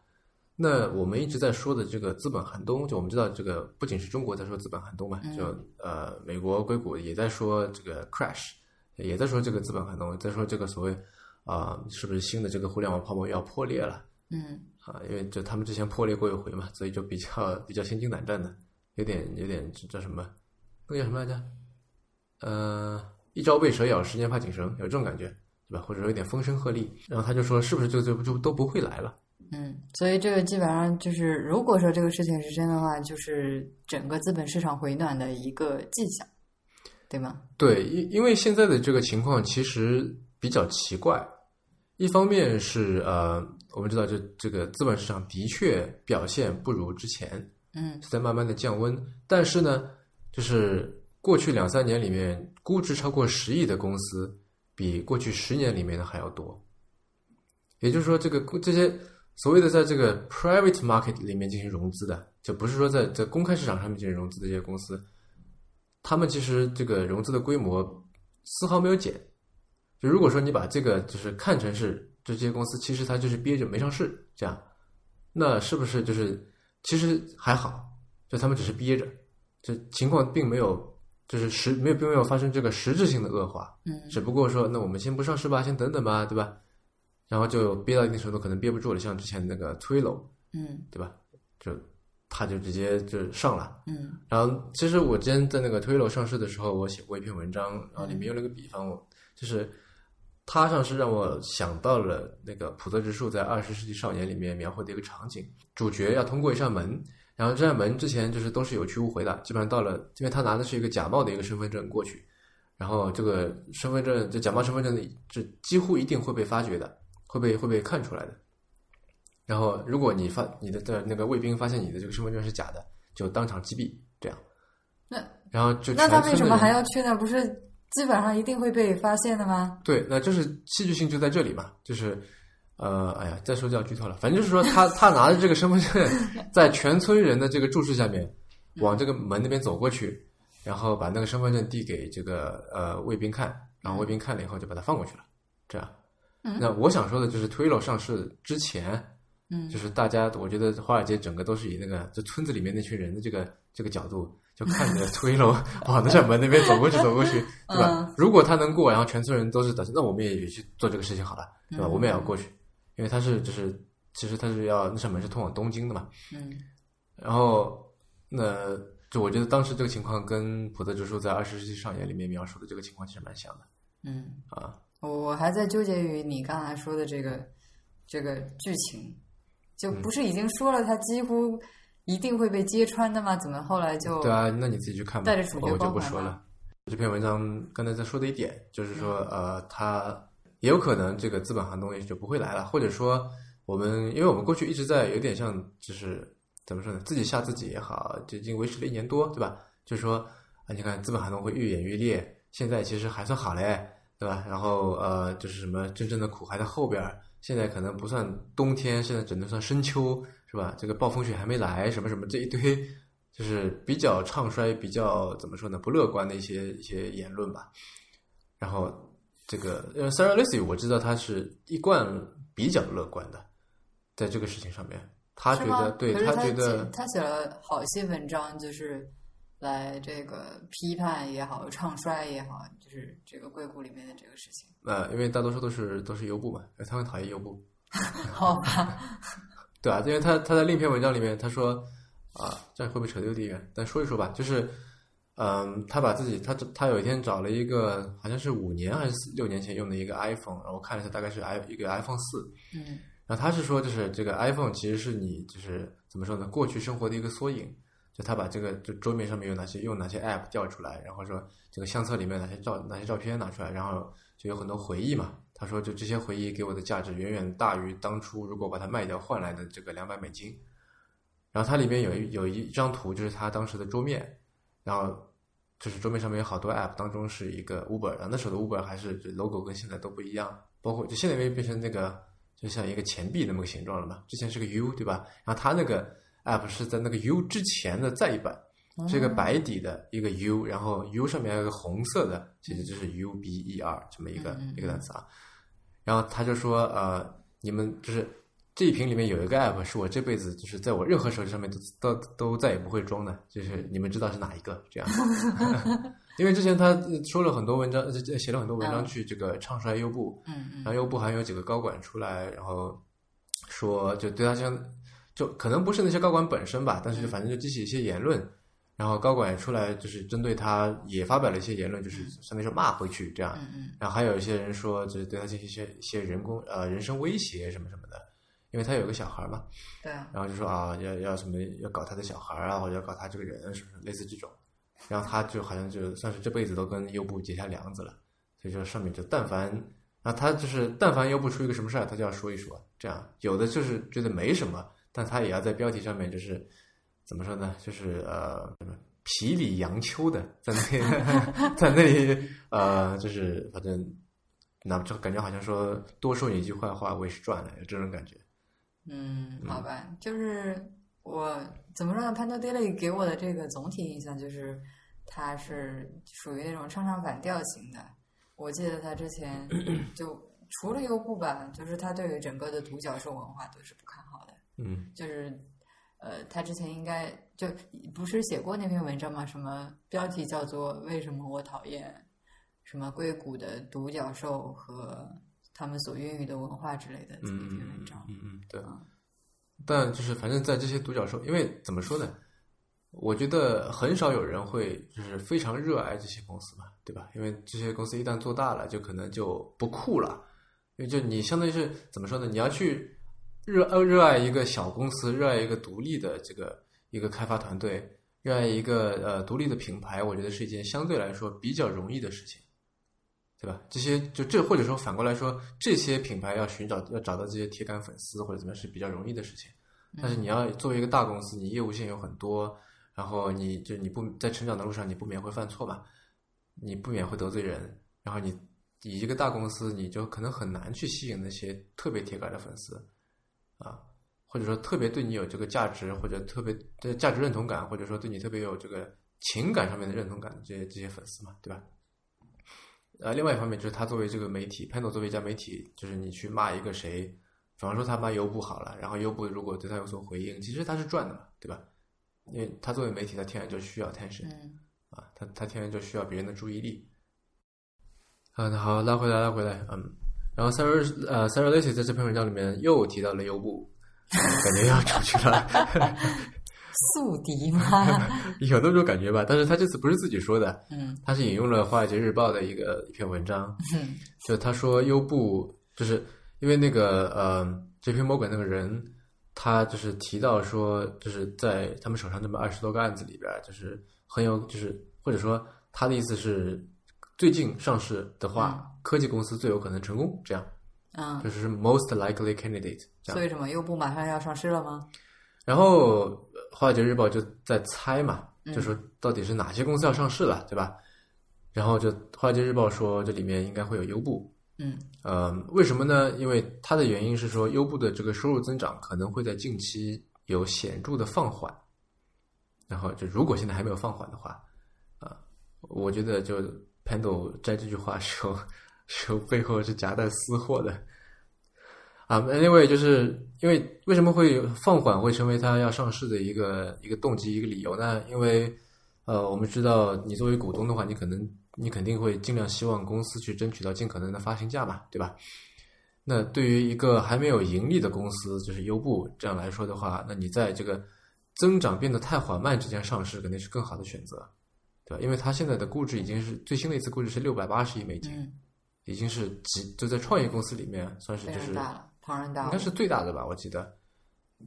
A: 那我们一直在说的这个资本寒冬，就我们知道这个不仅是中国在说资本寒冬嘛，就呃美国硅谷也在说这个 crash，也在说这个资本寒冬，在说这个所谓啊、是不是新的这个互联网泡沫又要破裂了？
B: 嗯
A: 啊，因为就他们之前破裂过一回嘛，所以就比较比较心惊胆战的，有点有点这叫什么，那个叫什么来着？呃，一朝被蛇咬，十年怕井绳，有这种感觉，对吧？或者说有点风声鹤唳。然后他就说，是不是就就就都不会来了？
B: 嗯，所以这个基本上就是，如果说这个事情是真的话，就是整个资本市场回暖的一个迹象，对吗？
A: 对，因因为现在的这个情况其实比较奇怪，一方面是呃，我们知道这这个资本市场的确表现不如之前，
B: 嗯
A: 是在慢慢的降温。但是呢，就是过去两三年里面，估值超过十亿的公司，比过去十年里面的还要多。也就是说，这个这些所谓的在这个 private market 里面进行融资的，就不是说在在公开市场上面进行融资的这些公司，他们其实这个融资的规模丝毫没有减。就如果说你把这个就是看成是这些公司，其实它就是憋着没上市这样，那是不是就是其实还好，就他们只是憋着，这情况并没有就是实没有并没有发生这个实质性的恶化，
B: 嗯
A: 只不过说那我们先不上市吧，先等等吧，对吧？然后就憋到一定程度，可能憋不住了，像之前那个 Twilio，
B: 嗯
A: 对吧？就他就直接就上了，
B: 嗯
A: 然后，其实我之前在那个推楼上市的时候，我写过一篇文章，然后里面用了一个比方，我就是它上市让我想到了那个普泽直树在《二十世纪少年》里面描绘的一个场景，主角要通过一扇门，然后这扇门之前就是都是有去无回的，基本上到了，因为他拿的是一个假冒的一个身份证过去，然后这个身份证这假冒身份证的，这几乎一定会被发觉的，会被会被看出来的。然后，如果你发你的的那个卫兵发现你的这个身份证是假的，就当场击毙，这样。
B: 那
A: 然后就
B: 那他
A: 全村
B: 为什
A: 的
B: 么
A: 人
B: 还要去呢？不是基本上一定会被发现的吗？
A: 对，那就是戏剧性就在这里嘛，就是，呃，哎呀，再说就要剧透了。反正就是说他，他拿着这个身份证，在全村人的这个注视下面，往这个门那边走过去，然后把那个身份证递给这个呃卫兵看，然后卫兵看了以后就把他放过去了，这样。
B: 嗯
A: 那我想说的就是推 w 上市之前，
B: 嗯
A: 就是大家，我觉得华尔街整个都是以那个就村子里面那群人的这个这个角度，就看着推 楼往那扇门那边走过去走过去，
B: 嗯
A: 对吧？如果他能过，然后全村人都是打算，那我们也去做这个事情好了，对吧？
B: 嗯
A: 我们也要过去，因为他是就是其实他是要那扇门是通往东京的嘛，
B: 嗯
A: 然后那就我觉得当时这个情况跟普特之书在《二十世纪上演》里面描述的这个情况其实蛮像的
B: 嗯，
A: 啊。
B: 我我还在纠结于你刚才说的这个这个剧情，就
A: 嗯
B: 不是已经说了他几乎一定会被揭穿的吗？怎么后来就
A: 对啊，那你自己去看吧，哦
B: 带着主角
A: 我就不
B: 光环
A: 说
B: 吗
A: 了。这篇文章刚才在说的一点就是说，
B: 嗯
A: 呃，它也有可能这个资本寒冬也许就不会来了，或者说我们，因为我们过去一直在有点像就是怎么说呢，自己吓自己也好，就已经维持了一年多，对吧？就是说啊，你看资本寒冬会愈演愈烈，现在其实还算好嘞，对吧？然后呃，就是什么真正的苦还在后边儿，现在可能不算冬天，现在只能算深秋，是吧？这个暴风雪还没来，什么什么这一堆，就是比较唱衰、比较怎么说呢，不乐观的一些一些言论吧。然后这个呃 Sarah Lacy，我知道他是一贯比较乐观的，在这个事情上面，他觉
B: 是吗
A: 得对
B: 可是他
A: 觉得
B: 写他写了好些文章，就是来这个批判也好，唱衰也好，就是这个硅谷里面的这个事情，
A: 呃，因为大多数都是都是优步嘛，因为他们讨厌优步。
B: 好吧？
A: 对啊，因为他他在另一篇文章里面他说啊，这样会不会扯得有点远？但说一说吧，就是嗯，他把自己他他有一天找了一个好像是五年还是四六年前用的一个 iPhone，然后我看了一下，大概是 i 一个 iPhone 四。
B: 嗯
A: 然后他是说，就是这个 iPhone 其实是你就是怎么说呢，过去生活的一个缩影。就他把这个就桌面上面有哪些用哪些 App 调出来，然后说这个相册里面哪些照哪些照片拿出来，然后就有很多回忆嘛。他说，就这些回忆给我的价值远远大于当初如果把它卖掉换来的这个两百美金。然后它里面有一有一张图，就是他当时的桌面，然后就是桌面上面有好多 App，当中是一个 Uber，然后那时候的 Uber 还是就 logo 跟现在都不一样，包括就现在变成那个就像一个钱币那么个形状了嘛，之前是个 U 对吧？然后它那个 App 是在那个 U 之前的再版，
B: 哦
A: 是一个白底的一个 U，然后 U 上面还有个红色的，其实就是 U B E R 这么一个
B: 嗯嗯
A: 一个单词啊。然后他就说，呃，你们就是这一瓶里面有一个 app 是我这辈子就是在我任何手机上面都都都再也不会装的，就是你们知道是哪一个 这样。因为之前他说了很多文章，呃写了很多文章
B: 嗯
A: 去这个唱衰优步，
B: 嗯
A: 然
B: 嗯
A: 后优步还有几个高管出来，然后说就对他啊像，就可能不是那些高管本身吧，但是就反正就激起一些言论，然后高管也出来就是针对他也发表了一些言论，就是相当于是骂回去这样。
B: 嗯嗯
A: 然后还有一些人说，就是对他进行一些一些人工呃人身威胁什么什么的，因为他有个小孩嘛，
B: 对啊，
A: 然后就说啊要要什么要搞他的小孩啊，或者要搞他这个人什么什么类似这种，然后他就好像就算是这辈子都跟优步结下梁子了，所以就上面就但凡然后他就是但凡优步出一个什么事儿，他就要说一说，这样有的就是觉得没什么，但他也要在标题上面就是怎么说呢，就是呃什么皮里扬秋的在那里在那里呃就是反正。那就感觉好像说多说你一句坏话，我也是赚了，有这种感觉。
B: 嗯，好吧，就是我怎么说呢？潘多迪勒给我的这个总体印象就是，他是属于那种唱唱反调型的。我记得他之前就 除了优步吧，就是他对于整个的独角兽文化都是不看好的。
A: 嗯
B: 就是呃，他之前应该就不是写过那篇文章吗？什么标题叫做“为什么我讨厌什么硅谷的独角兽和他们所孕育的文化”之类的这么一篇文章。
A: 嗯嗯，对。但就是反正在这些独角兽，因为怎么说呢，我觉得很少有人会就是非常热爱这些公司嘛，对吧？因为这些公司一旦做大了，就可能就不酷了，因为就你相当于是怎么说呢？你要去热呃热爱一个小公司，热爱一个独立的这个一个开发团队，热爱一个呃独立的品牌，我觉得是一件相对来说比较容易的事情。对吧？这些就这或者说反过来说，这些品牌要寻找要找到这些铁杆粉丝或者怎么样是比较容易的事情。
B: 嗯
A: 但是你要作为一个大公司，你业务线有很多，然后你就你不在成长的路上，你不免会犯错嘛，你不免会得罪人，然后你以一个大公司，你就可能很难去吸引那些特别铁杆的粉丝啊，或者说特别对你有这个价值，或者特别对价值认同感，或者说对你特别有这个情感上面的认同感的这些这些粉丝嘛，对吧？呃，另外一方面就是他作为这个媒体，Pando 作为一家媒体，就是你去骂一个谁，比方说他骂优步好了，然后优步如果对他有所回应，其实他是赚的嘛，对吧？因为他作为媒体，他天然就需要 attention，、
B: 嗯
A: 啊，他他天然就需要别人的注意力。嗯，好，拉回来，拉回来，嗯，然后 Sarah 呃 Sarah 嗯 Lacy 在这篇文章里面又提到了优步，感觉要出去了。
B: 宿敌吗？
A: 有那种感觉吧。但是他这次不是自己说的，
B: 嗯
A: 他是引用了《华尔街日报》的一个一篇文章，
B: 嗯
A: 就他说优步就是因为那个呃 J.P. Morgan 那个人，他就是提到说，就是在他们手上这么二十多个案子里边儿，就是很有就是或者说他的意思是，最近上市的话，科技公司最有可能成功，这样
B: 嗯
A: 就，是 most likely candidate 这样
B: 所。以什么又不马上要上市了吗？
A: 然后《华尔街日报》就在猜嘛，
B: 嗯
A: 就说到底是哪些公司要上市了，对吧？然后就《华尔街日报》说这里面应该会有优步，
B: 嗯
A: 呃，为什么呢？因为它的原因是说，优步的这个收入增长可能会在近期有显著的放缓。然后，就如果现在还没有放缓的话，啊、我觉得就 Pando 摘这句话是 有是有背后是夹带私货的。啊、a n y w a y 就是因为为什么会有放缓会成为它要上市的一个一个动机一个理由呢？因为呃，我们知道你作为股东的话，你可能你肯定会尽量希望公司去争取到尽可能的发行价嘛，对吧？那对于一个还没有盈利的公司，就是优步这样来说的话，那你在这个增长变得太缓慢之间上市，肯定是更好的选择，对吧？因为它现在的估值已经是最新的一次估值是六百八十亿美金，
B: 嗯，
A: 已经是极就在创业公司里面算是
B: 非
A: 就
B: 常
A: 是
B: 大了，庞然大
A: 应
B: 物
A: 该。是最大的吧，我记得。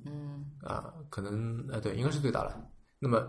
B: 嗯
A: 啊，可能呃对，应该是最大的。那么，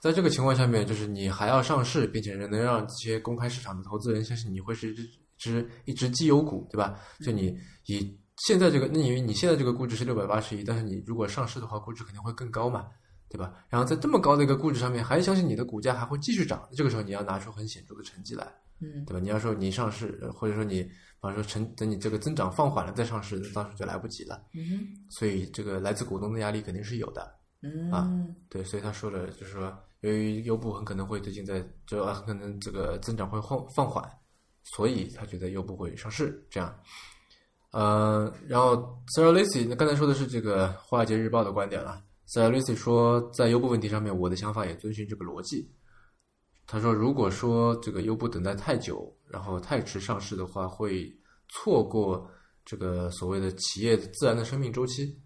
A: 在这个情况下面，就是你还要上市，并且能让这些公开市场的投资人相信你会是一只只一只绩优股，对吧？就你以现在这个，那你你现在这个估值是六百八十一，但是你如果上市的话，估值肯定会更高嘛，对吧？然后在这么高的一个估值上面，还相信你的股价还会继续涨，这个时候你要拿出很显著的成绩来。
B: 嗯
A: 对吧？你要说你上市，呃或者说你，比方说成等你这个增长放缓了再上市，那当时就来不及了。
B: 嗯哼
A: 所以这个来自股东的压力肯定是有的。啊
B: 嗯
A: 对，所以他说了，就是说，由于优步很可能会最近在，就呃很可能这个增长会放放缓，所以他觉得优步会上市。这样，呃，然后 Sarah Lacy 那刚才说的是这个《华尔街日报》的观点了。Sarah Lacy 说，在优步问题上面，我的想法也遵循这个逻辑。他说，如果说这个优步等待太久，然后太迟上市的话，会错过这个所谓的企业自然的生命周期。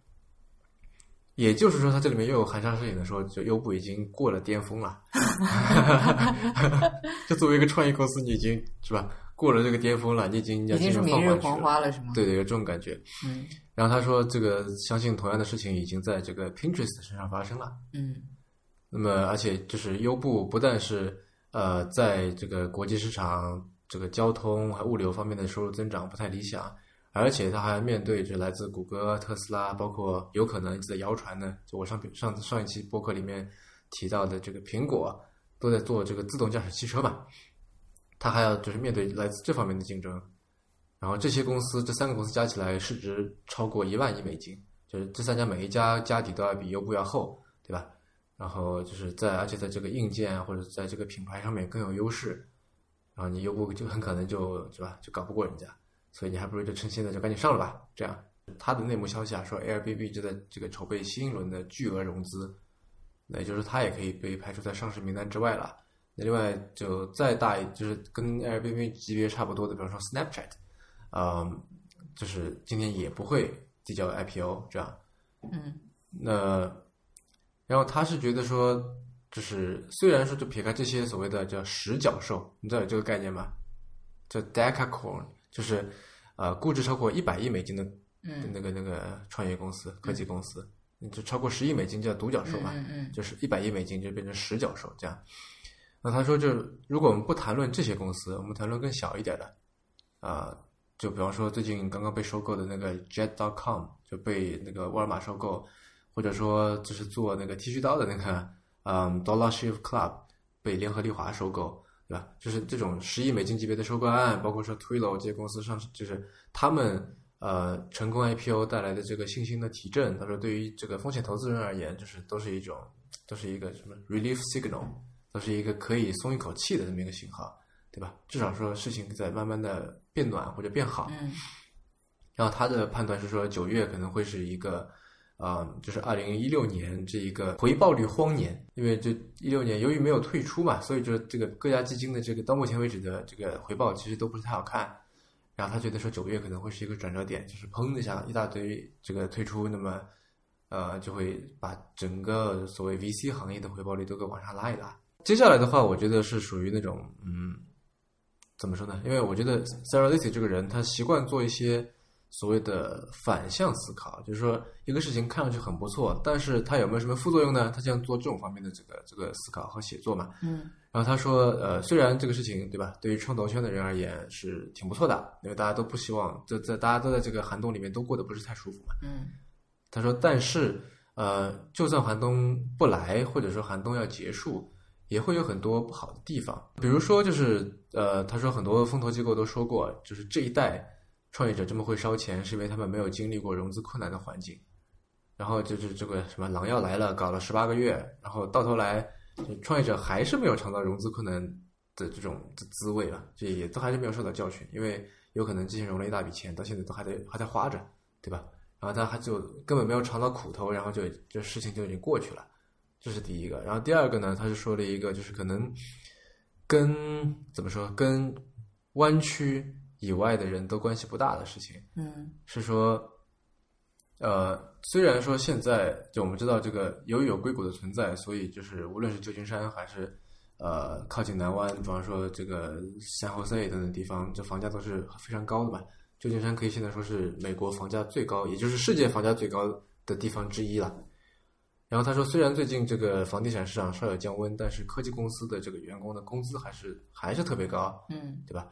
A: 也就是说，它这里面又有含沙射影的说，就优步已经过了巅峰了。 就作为一个创业公司，你已经是吧过了这个巅峰了，你已经要
B: 已经
A: 进
B: 是
A: 入
B: 明
A: 放
B: 日
A: 缓期
B: 黄
A: 了。
B: 花了，是吗？
A: 对对，有这种感觉。
B: 嗯
A: 然后他说，这个相信同样的事情已经在这个 Pinterest 身上发生了。
B: 嗯
A: 那么，而且就是优步不但是呃，在这个国际市场、这个交通和物流方面的收入增长不太理想，而且它还面对着来自谷歌、特斯拉，包括有可能一直在谣传呢，就我上上上一期播客里面提到的这个苹果都在做这个自动驾驶汽车嘛，它还要就是面对来自这方面的竞争。然后这些公司，这三个公司加起来市值超过一万亿美金，就是这三家每一家家底都要比优步要厚，对吧？然后就是在而且在这个硬件啊或者在这个品牌上面更有优势，然后你优步就很可能就是吧就搞不过人家，所以你还不如就趁现在就赶紧上了吧。这样，他的内幕消息啊说，Airbnb 就在这个筹备新一轮的巨额融资，那也就是它也可以被排除在上市名单之外了。那另外就再大一就是跟 Airbnb 级别差不多的，比方说 Snapchat，嗯，就是今天也不会提交 IPO 这样。
B: 嗯
A: 那然后他是觉得说，就是虽然说就撇开这些所谓的叫实角兽，你知道有这个概念吗？叫 Decacorn，就是呃估值超过一百亿美金的
B: 嗯
A: 那个那个创业公司、科技公司，就超过十亿美金叫独角兽嘛。
B: 嗯嗯
A: 就是一百亿美金就变成十角兽这样。那他说就，如果我们不谈论这些公司，我们谈论更小一点的，啊、就比方说最近刚刚被收购的那个 Jet.com 就被那个沃尔玛收购，或者说就是做那个剃须刀的那个，嗯，Dollar Shave Club 被联合利华收购，对吧？就是这种十亿美金级别的收购案，包括说 Twilio 这些公司上市，就是他们呃成功 IPO 带来的这个信心的提振，他说对于这个风险投资人而言，就是都是一种都是一个什么 relief signal，都是一个可以松一口气的这么一个信号，对吧？至少说事情在慢慢的变暖或者变好。
B: 嗯
A: 然后他的判断是说，九月可能会是一个，呃，就是二零一六年这一个回报率荒年，因为这一六年由于没有退出嘛，所以说这个各家基金的这个到目前为止的这个回报其实都不是太好看。然后他觉得说九月可能会是一个转折点，就是砰的一下一大堆这个退出，那么呃，就会把整个所谓 VC 行业的回报率都给往上拉一拉。接下来的话，我觉得是属于那种嗯，怎么说呢？因为我觉得 Sarah Lacy 这个人，他习惯做一些所谓的反向思考，就是说一个事情看上去很不错，但是它有没有什么副作用呢？他这样做这种方面的这个这个思考和写作嘛。
B: 嗯
A: 然后他说，呃，虽然这个事情对吧，对于创投圈的人而言是挺不错的，因为大家都不希望，这这大家都在这个寒冬里面都过得不是太舒服嘛。
B: 嗯
A: 他说，但是呃，就算寒冬不来，或者说寒冬要结束，也会有很多不好的地方。比如说，就是呃，他说很多风投机构都说过，就是这一代创业者这么会烧钱，是因为他们没有经历过融资困难的环境。然后就是这个什么狼要来了，搞了十八个月，然后到头来，就创业者还是没有尝到融资困难的这种滋味吧，这也都还是没有受到教训，因为有可能之前融了一大笔钱，到现在都还在还在花着，对吧？然后他还就根本没有尝到苦头，然后就这事情就已经过去了，这是第一个。然后第二个呢，他是说了一个，就是可能跟怎么说，跟湾区以外的人都关系不大的事情，
B: 嗯
A: 是说，呃，虽然说现在就我们知道这个由于有硅谷的存在，所以就是无论是旧金山还是呃靠近南湾，比方说这个山后 C 等等地方，这房价都是非常高的嘛。旧金山可以现在说是美国房价最高，也就是世界房价最高的地方之一了。然后他说，虽然最近这个房地产市场稍有降温，但是科技公司的这个员工的工资还是还是特别高，
B: 嗯
A: 对吧？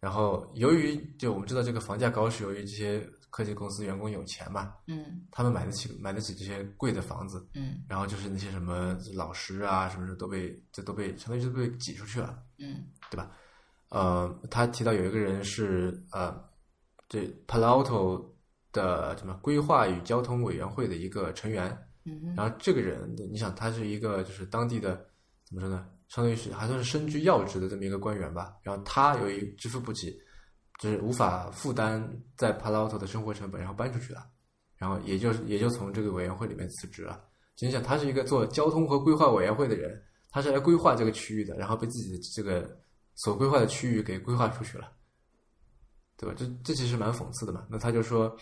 A: 然后由于就我们知道这个房价高是由于这些科技公司员工有钱嘛，
B: 嗯
A: 他们买得起买得起这些贵的房子，
B: 嗯
A: 然后就是那些什么老师啊什么的都被这都被相当于是被挤出去了。
B: 嗯
A: 呃，他提到有一个人是呃，这 Palo Alto 的什么规划与交通委员会的一个成员，
B: 嗯哼
A: 然后这个人，你想他是一个就是当地的怎么说呢，相当于是还算是身居要职的这么一个官员吧。然后他由于支付不起，就是无法负担在 Palo Alto 的生活成本，然后搬出去了，然后也就也就从这个委员会里面辞职了。就你想，他是一个做交通和规划委员会的人，他是来规划这个区域的，然后被自己的这个所规划的区域给规划出去了，对吧？这这其实蛮讽刺的嘛。那他就说，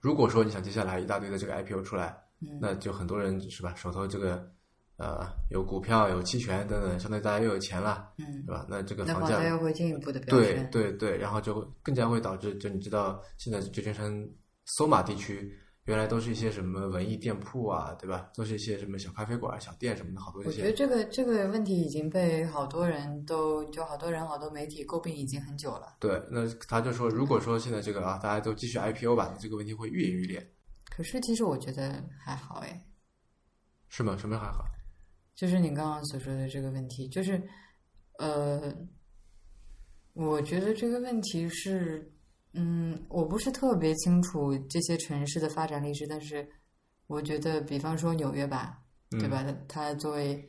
A: 如果说你想接下来一大堆的这个 IPO 出来，
B: 嗯
A: 那就很多人是吧，手头这个呃有股票、有期权等等，相当于大家又有钱了，
B: 嗯
A: 对，吧？那这个
B: 那
A: 房
B: 房
A: 价
B: 价又会进一步的飙
A: 对
B: 升，
A: 对对，然后就会更加会导致，就你知道现在旧金山索马地区原来都是一些什么文艺店铺啊，对吧？都是一些什么小咖啡馆、小店什么的，好多
B: 我
A: 这
B: 觉得
A: 些。
B: 这个这个问题已经被好多人都就好多人好多媒体诟病已经很久了。
A: 对，那他就说，如果说现在这个啊，大家都继续 IPO 吧，这个问题会愈演愈烈，
B: 可是其实我觉得还好哎，
A: 是吗？什么还好？
B: 就是你刚刚所说的这个问题，就是呃，我觉得这个问题是，嗯，我不是特别清楚这些城市的发展历史，但是我觉得，比方说纽约吧，
A: 嗯
B: 对吧？它作为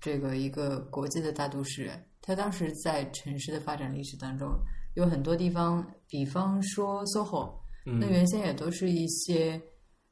B: 这个一个国际的大都市，它当时在城市的发展历史当中，有很多地方，比方说 SOHO，
A: 嗯
B: 那原先也都是一些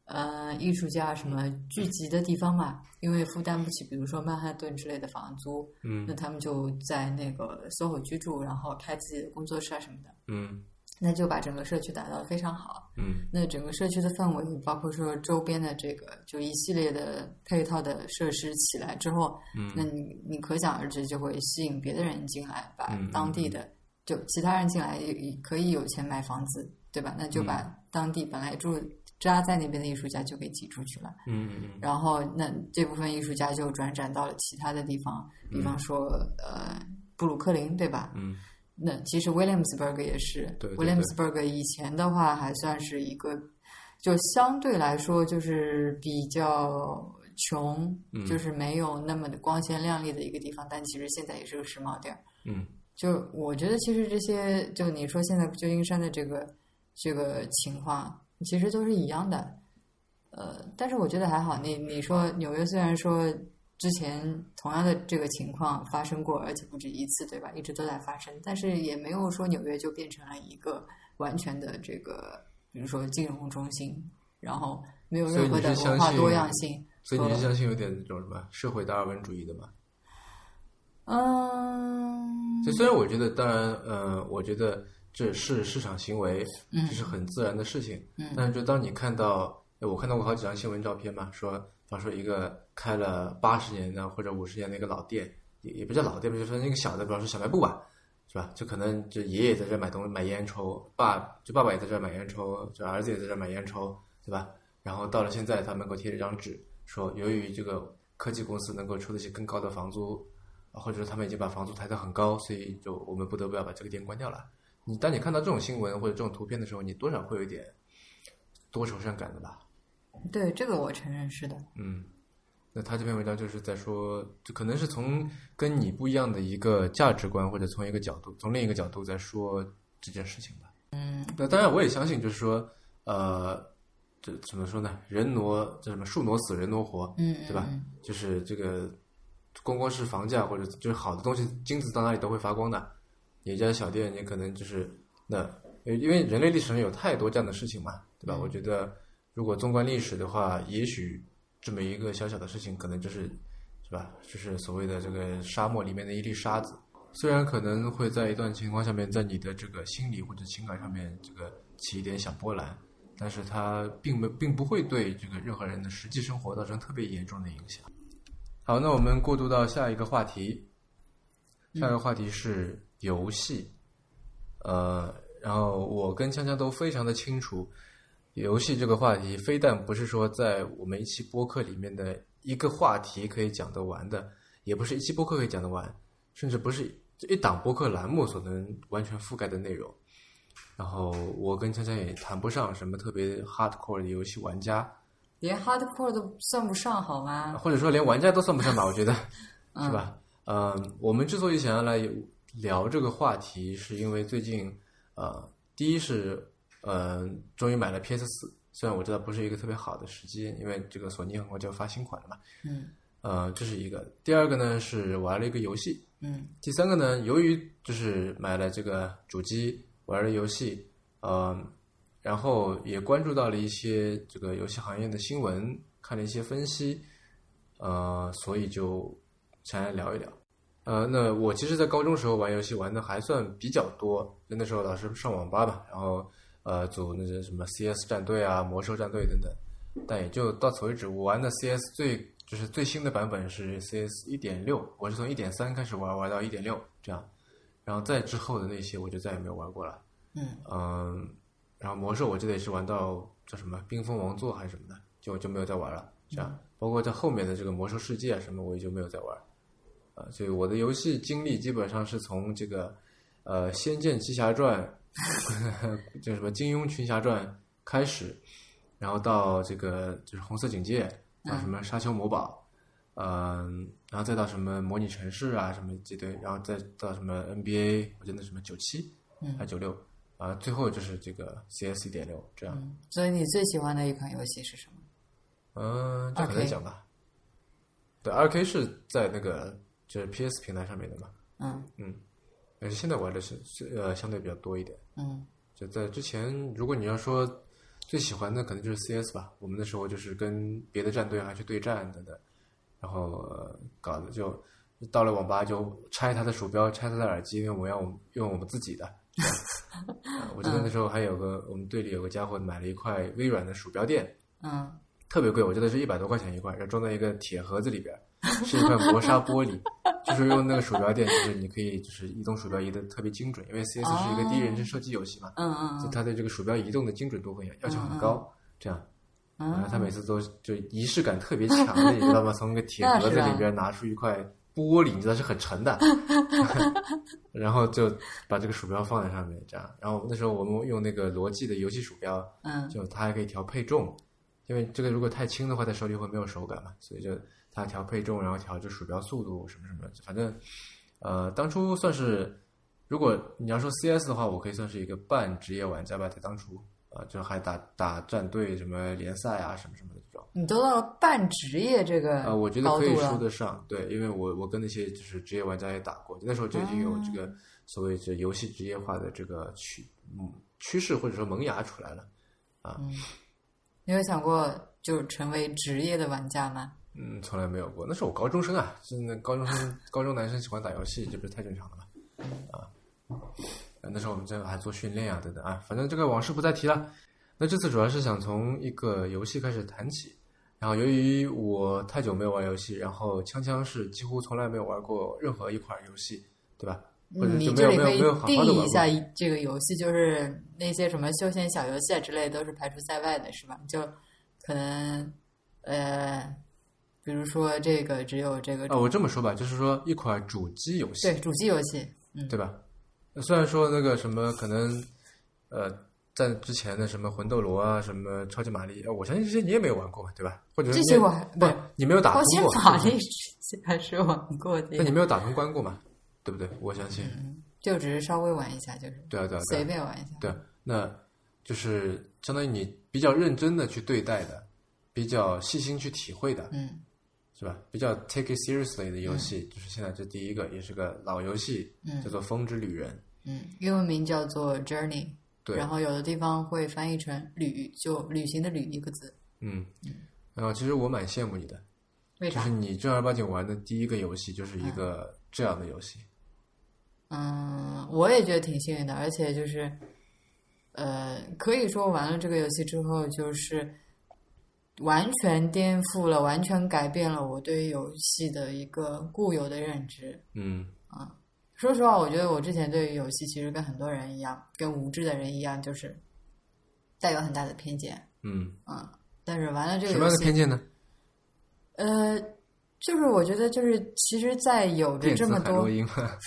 B: 呃艺术家什么聚集的地方嘛，因为负担不起，比如说曼哈顿之类的房租，那
A: 嗯
B: 他们就在那个 SOHO 居住，然后开自己的工作室啊什么的，
A: 嗯
B: 那就把整个社区打造得非常好。
A: 嗯
B: 那整个社区的氛围，包括说周边的这个，就一系列的配套的设施起来之后，
A: 嗯
B: 那你你可想而知就会吸引别的人进来，把
A: 嗯嗯
B: 当地的就其他人进来也也可以有钱买房子，对吧？那就把
A: 嗯
B: 当地本来住扎在那边的艺术家就给挤出去了，
A: 嗯嗯
B: 然后那这部分艺术家就转展到了其他的地方，比方说呃布鲁克林，对吧？
A: 嗯
B: 那其实 Williamsburg 也是
A: 对对对
B: w i l l i a m s b u r g 以前的话还算是一个，就相对来说就是比较穷，
A: 嗯
B: 就是没有那么的光鲜亮丽的一个地方，但其实现在也是个时髦地儿。
A: 嗯
B: 就我觉得，其实这些就你说现在旧金山的这个这个情况，其实都是一样的。呃，但是我觉得还好。你你说纽约虽然说之前同样的这个情况发生过，而且不止一次，对吧？一直都在发生，但是也没有说纽约就变成了一个完全的这个，比如说金融中心，然后没有任何的
A: 所以你是
B: 文化
A: 相信
B: 多样性。
A: 所以你是相信有点那种什么社会达尔文主义的吗？
B: 嗯
A: 就虽然我觉得，当然，呃，我觉得这是市场行为，
B: 嗯
A: 这是很自然的事情。
B: 嗯
A: 但是就当你看到呃我看到过好几张新闻照片嘛，说，比方说一个开了八十年的或者五十年的一个老店，也也不叫老店吧，就是那个小的，比方说小卖部吧，是吧？就可能就爷爷在这儿买东西买烟抽，爸就爸爸也在这儿买烟抽，就儿子也在这儿买烟抽，对吧？然后到了现在，他门口贴了一张纸，说由于这个科技公司能够出得起更高的房租，或者说他们已经把房租抬得很高，所以就我们不得不要把这个店关掉了。你当你看到这种新闻或者这种图片的时候，你多少会有一点多愁善感的吧？
B: 对，这个我承认是的。
A: 嗯，那他这篇文章就是在说，就可能是从跟你不一样的一个价值观，或者从一个角度，从另一个角度在说这件事情吧。嗯，那当然我也相信，就是说，呃，这怎么说呢？人挪这什么树挪死，人挪活，
B: 嗯，
A: 对吧？
B: 嗯
A: 就是这个公光是房价或者就是好的东西，金子到哪里都会发光的。你家小店，你可能就是那，呃因为人类历史上有太多这样的事情嘛，对吧？我觉得如果纵观历史的话，也许这么一个小小的事情，可能就是是吧？就是所谓的这个沙漠里面的一粒沙子，虽然可能会在一段情况下面，在你的这个心理或者情感上面这个起一点小波澜。但是它并没并不会对这个任何人的实际生活造成特别严重的影响。好，那我们过渡到下一个话题。下一个话题是游戏。呃，然后我跟锵锵都非常的清楚，游戏这个话题非但不是说在我们一期播客里面的一个话题可以讲得完的，也不是一期播客可以讲得完，甚至不是一档播客栏目所能完全覆盖的内容。然后我跟锵锵也谈不上什么特别 hardcore 的游戏玩家，
B: 连 hardcore 都算不上好吗？
A: 或者说连玩家都算不上吧，我觉得，是吧？呃，我们之所以想要来聊这个话题，是因为最近，呃，第一是，呃，终于买了 PS 四，虽然我知道不是一个特别好的时机，因为这个索尼很快就要发新款了嘛，
B: 嗯
A: 呃，这是一个。第二个呢是玩了一个游戏，
B: 嗯
A: 第三个呢，由于就是买了这个主机，玩了游戏，呃，然后也关注到了一些这个游戏行业的新闻，看了一些分析，呃，所以就想来聊一聊。呃，那我其实，在高中时候玩游戏玩的还算比较多，就那时候老是上网吧嘛，然后呃组那些什么 CS 战队啊、魔兽战队等等，但也就到此为止。我玩的 CS 最就是最新的版本是 CS 一点六，我是从一点三开始玩，玩到一点六这样，然后再之后的那些我就再也没有玩过了。
B: 嗯
A: 嗯，然后魔兽我记得也是玩到叫什么冰封王座还是什么的，就就没有再玩了。这样，包括在后面的这个魔兽世界啊什么，我也就没有再玩。啊、所以我的游戏经历基本上是从这个呃《仙剑奇侠传》， 叫什么《金庸群侠传》开始，然后到这个就是《红色警戒》，到什么《沙丘魔堡》嗯，然后再到什么模拟城市啊什么这堆，然后再到什么 NBA，我记得什么九七
B: 嗯
A: 还九六啊，最后就是这个 CS 一点六这样。
B: 嗯，所以你最喜欢的一款游戏是什么？
A: 嗯，这很难
B: 2K
A: 讲吧。对，二 K 是在那个就是 PS 平台上面的嘛，
B: 嗯
A: 但是现在玩的是是呃相对比较多一点。
B: 嗯
A: 就在之前，如果你要说最喜欢的，可能就是 CS 吧。我们那时候就是跟别的战队啊还去对战等等，然后、呃搞的就到了网吧就拆他的鼠标，拆他的耳机，因为我要我们用我们自己的。啊我记得那时候还有个我们队里有个家伙买了一块微软的鼠标垫，
B: 嗯，
A: 特别贵，我记得是一百多块钱一块，然后装在一个铁盒子里边， 是一块磨砂玻璃， 就是用那个鼠标垫，就是你可以就是移动鼠标移的特别精准，因为 CS 是一个第一人称射击游戏嘛，
B: 嗯嗯
A: 所以它对这个鼠标移动的精准度很要求很高，这样，
B: 嗯
A: 然后他每次都就仪式感特别强的，你知道吗？从一个铁盒子里边拿出一块玻璃，你知道是很沉的，然后就把这个鼠标放在上面，这样，然后那时候我们用那个罗技的游戏鼠标，
B: 嗯
A: 就它还可以调配重，因为这个如果太轻的话，在手里会没有手感嘛，所以就它调配重，然后调这鼠标速度什么什么，反正呃，当初算是，如果你要说 CS 的话，我可以算是一个半职业玩家吧，在当初啊、呃就还打打战队什么联赛啊什么什么的这种，
B: 你都到了半职业这个
A: 呃，我觉得
B: 高
A: 可以
B: 度
A: 说
B: 了。
A: 得上，对，因为我我跟那些就是职业玩家也打过，那时候就已经有这个所谓这游戏职业化的这个趋嗯趋势或者说萌芽出来了。
B: 你有想过就成为职业的玩家吗？
A: 嗯，从来没有过。那是我高中生啊，真的高中生，高中男生喜欢打游戏，这不是太正常了吗？呃啊，那时候我们这还做训练啊，等等啊，反正这个往事不再提了。那这次主要是想从一个游戏开始谈起，然后由于我太久没有玩游戏，然后锵锵是几乎从来没有玩过任何一款游戏，对吧？或者
B: 你
A: 就没
B: 这
A: 有
B: 里
A: 没有
B: 可以
A: 没有好
B: 定
A: 好的
B: 义
A: 玩
B: 一下
A: 过。
B: 一这个游戏，就是那些什么休闲小游戏啊之类都是排除在外的，是吧？就可能呃，比如说这个只有这个、
A: 啊，我这么说吧，就是说一款主机游戏，
B: 对主机游戏，嗯，
A: 对吧？虽然说那个什么可能，呃，在之前的什么魂斗罗啊，什么超级玛丽，呃我相信这些你也没有玩过，对吧？或者是
B: 这
A: 你
B: 些
A: 也
B: 我还
A: 呃不
B: 对，
A: 你没有打
B: 超
A: 通
B: 级
A: 过，
B: 玛
A: 对吧
B: 丽之前是玩过的
A: 那，你没有打通关过嘛？对不对？我相
B: 嗯
A: 信，
B: 就只是稍微玩一下，就是
A: 对啊，对啊，对
B: 随
A: 啊，
B: 便玩一下。
A: 对啊，那就是相当于你比较认真的去对待的，比较细心去体会的，
B: 嗯
A: 是吧？比较 take it seriously 的游戏，就是现在这第一个，也是个老游戏，
B: 嗯
A: 叫做《风之旅人》。
B: 嗯，英文名叫做 Journey，
A: 对，
B: 然后有的地方会翻译成旅，就旅行的旅一个字，
A: 嗯，然后其实我蛮羡慕你的，
B: 为
A: 就
B: 啥
A: 是？你正儿八经玩的第一个游戏就是一个这样的游戏，
B: 嗯，我也觉得挺幸运的，而且就是，呃，可以说玩了这个游戏之后，就是完全颠覆了，完全改变了我对游戏的一个固有的认知。
A: 嗯
B: 说实话，我觉得我之前对于游戏其实跟很多人一样，跟无知的人一样，就是带有很大的偏见。
A: 嗯，
B: 嗯，但是玩了这
A: 什
B: 个
A: 么样
B: 游
A: 的
B: 戏，
A: 偏见呢？
B: 呃，就是我觉得就是其实，在有着
A: 电
B: 这
A: 子
B: 么
A: 海
B: 多
A: 洛，因，啊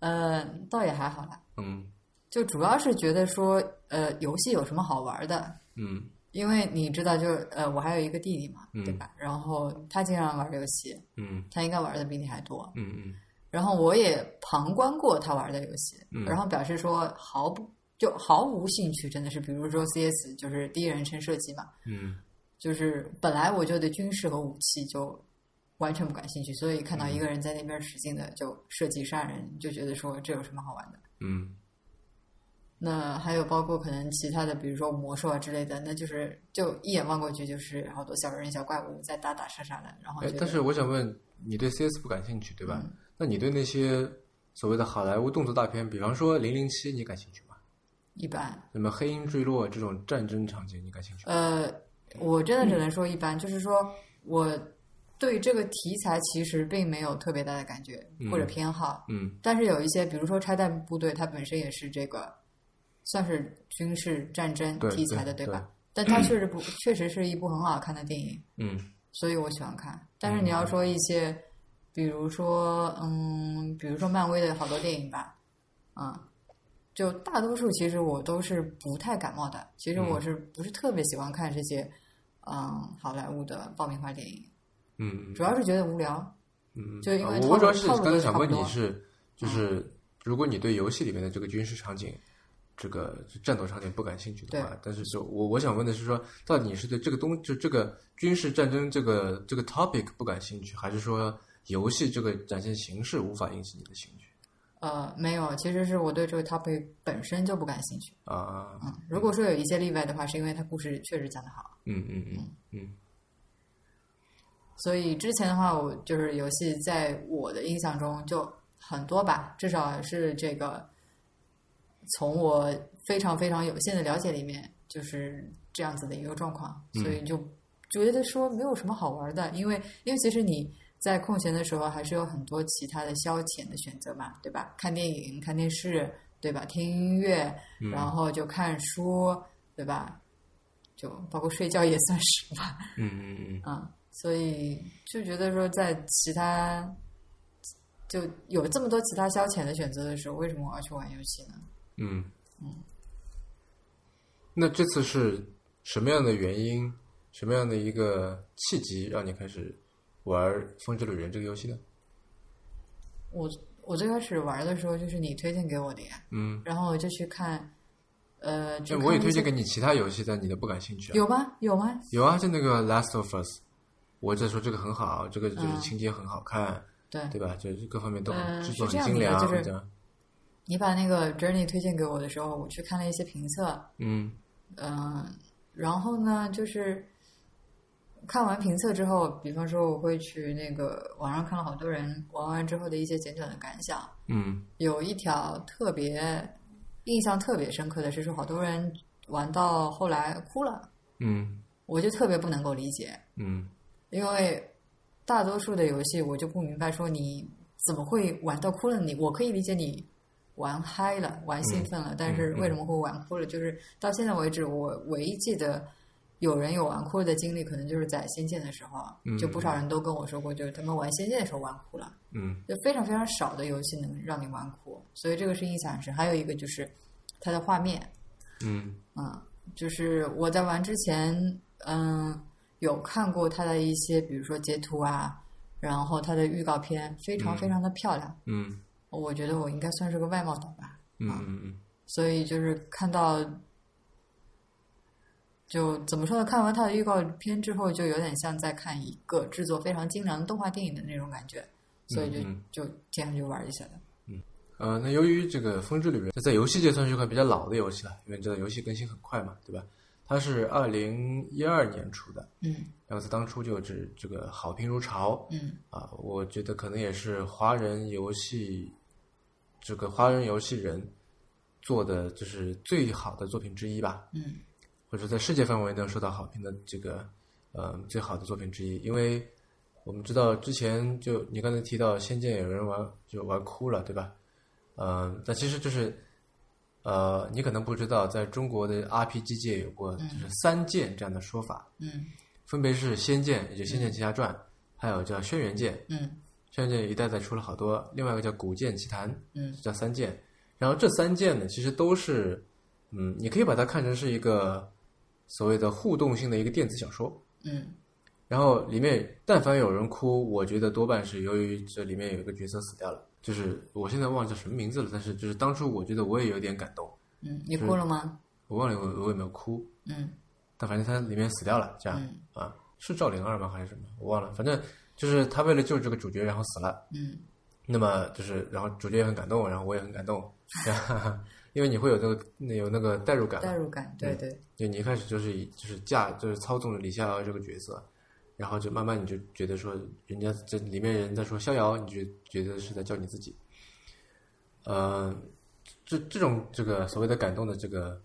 B: 呃，倒也还好啦。
A: 嗯
B: 就主要是觉得说，呃，游戏有什么好玩的？
A: 嗯
B: 因为你知道就，呃，我还有一个弟弟嘛，
A: 嗯
B: 对吧？然后他经常玩游戏，
A: 嗯
B: 他应该玩的比你还多。
A: 嗯嗯
B: 然后我也旁观过他玩的游戏，
A: 嗯
B: 然后表示说毫不就毫无兴趣，真的是，比如说 CS 就是第一人称射击嘛，
A: 嗯
B: 就是本来我就对军事和武器就完全不感兴趣，所以看到一个人在那边使劲的就射击杀人，就觉得说这有什么好玩的？
A: 嗯
B: 那还有包括可能其他的，比如说魔兽啊之类的，那就是就一眼望过去就是好多小人、小怪物在打打杀杀的，然后
A: 哎
B: 觉，得
A: 但是我想问，你对 CS 不感兴趣对吧
B: 嗯？
A: 那你对那些所谓的好莱坞动作大片，比方说《零零七》，你感兴趣吗？
B: 一般。
A: 什么《黑鹰坠落》这种战争场景，你感兴趣吗？
B: 呃，我真的只能说一般，就是说我对这个题材其实并没有特别大的感觉
A: 嗯
B: 或者偏好，
A: 嗯
B: 但是有一些，比如说拆弹部队，它本身也是这个算是军事战争
A: 对
B: 题材的，
A: 对
B: 吧？但它确实不，确实是一部很好看的电影。
A: 嗯
B: 所以我喜欢看。但是你要说一些，比如说，嗯，比如说漫威的好多电影吧，啊、就大多数其实我都是不太感冒的。其实我是不是特别喜欢看这些，嗯，好莱坞的爆米花电影，
A: 嗯，
B: 主要是觉得无聊。
A: 嗯，
B: 就因为
A: 啊
B: 套
A: 我
B: 路
A: 主要是
B: 套路
A: 刚才
B: 都
A: 想
B: 差不
A: 问你
B: 多嗯
A: 是，就是如果你对游戏里面的这个军事场景、这个战斗场景不感兴趣的
B: 对
A: 话，但是就我我想问的是说，到底你是对这个东就这个军事战争这个这个 topic 不感兴趣，还是说游戏这个展现形式无法引起你的兴趣
B: 呃，没有，其实是我对这个 topic 本身就不感兴趣。
A: 啊？
B: 嗯，如果说有一些例外的话，是因为它故事确实讲得好。
A: 嗯嗯嗯嗯
B: 所以之前的话，我就是游戏，在我的印象中就很多吧，至少是这个从我非常非常有限的了解里面，就是这样子的一个状况，
A: 嗯
B: 所以就觉得说没有什么好玩的，因为因为其实你在空闲的时候还是有很多其他的消遣的选择嘛，对吧？看电影、看电视，对吧？听音乐，
A: 嗯
B: 然后就看书，对吧？就包括睡觉也算是吧。
A: 嗯嗯嗯
B: 嗯，所以就觉得说，在其他就有这么多其他消遣的选择的时候，为什么我要去玩游戏呢？
A: 嗯嗯。那这次是什么样的原因，什么样的一个契机让你开始玩《风之旅人》这个游戏呢？
B: 我我最开始玩的时候，就是你推荐给我的呀，
A: 嗯。
B: 然后我就去看，呃，去
A: 哎，
B: 看
A: 我也
B: 那
A: 推荐给
B: 些
A: 你其他游戏，但你的不感兴趣、啊。
B: 有吗？有吗？
A: 有啊，就那个《Last of Us》，我在说这个很好，这个就是
B: 嗯
A: 情节很好看，
B: 对
A: 对吧？就是各方面都很、
B: 嗯
A: 制作
B: 是这
A: 很
B: 样
A: 精良，
B: 子的就是
A: 这样。
B: 你把那个 Journey 推荐给我的时候，我去看了一些评测，
A: 嗯
B: 嗯，然后呢，就是看完评测之后，比方说我会去那个网上看了好多人玩完之后的一些简短的感想，
A: 嗯
B: 有一条特别印象特别深刻的是说，好多人玩到后来哭了，
A: 嗯
B: 我就特别不能够理解，
A: 嗯
B: 因为大多数的游戏我就不明白，说你怎么会玩到哭了你？我可以理解你玩嗨了、玩兴奋
A: 嗯
B: 了，但是为什么会玩哭了？就是到现在为止，我唯一记得有人有玩哭了的经历，可能就是在《仙剑》的时候啊
A: 嗯，
B: 就不少人都跟我说过，就是他们玩《仙剑》的时候玩哭了，
A: 嗯
B: 就非常非常少的游戏能让你玩哭，所以这个是印象很深。还有一个就是它的画面，
A: 嗯
B: 嗯，就是我在玩之前，嗯，有看过它的一些，比如说截图啊，然后它的预告片，非常非常的漂亮。
A: 嗯
B: 我觉得我应该算是个外貌党吧，
A: 嗯嗯
B: 所以就是看到，就怎么说呢？看完它的预告片之后，就有点像在看一个制作非常精良的动画电影的那种感觉，所以就
A: 嗯
B: 就这样就玩一下的。
A: 呃，那由于这个《风之旅人》在游戏界算是一款比较老的游戏了，因为这个游戏更新很快嘛，对吧？它是二零一二年出的，
B: 嗯
A: 然后它当初就只这个好评如潮，
B: 嗯
A: 啊，我觉得可能也是华人游戏这个华人游戏人做的就是最好的作品之一吧，
B: 嗯
A: 或者说在世界范围内受到好评的这个呃最好的作品之一。因为我们知道之前就你刚才提到《仙剑》，有人玩就玩哭了，对吧？嗯、但其实就是呃，你可能不知道，在中国的 RPG 界有过就是三剑这样的说法，
B: 嗯
A: 分别是《仙剑》，也就是《仙剑奇侠传》，还有叫《轩辕剑》。
B: 嗯
A: 轩辕剑一代再出了好多，另外一个叫古剑奇谭，
B: 嗯
A: 叫三剑。然后这三剑呢，其实都是，嗯，你可以把它看成是一个所谓的互动性的一个电子小说。
B: 嗯
A: 然后里面但凡有人哭，我觉得多半是由于这里面有一个角色死掉了，就是我现在忘了叫什么名字了，但是就是当初我觉得我也有点感动，
B: 嗯，你哭了吗？
A: 我忘了我我有没有哭，
B: 嗯
A: 但反正他里面死掉了，这样、
B: 嗯
A: 啊，是赵灵儿吗还是什么？我忘了，反正就是他为了救这个主角然后死了。
B: 嗯
A: 那么就是，然后主角也很感动，然后我也很感动， 因为你会有那个有那个代入感嘛，
B: 代入感，对对。
A: 就你一开始就是以就是驾就是操纵着李逍遥这个角色，然后就慢慢你就觉得说，人家这里面人在说逍遥，你就觉得是在叫你自己。呃，这这种这个所谓的感动的这个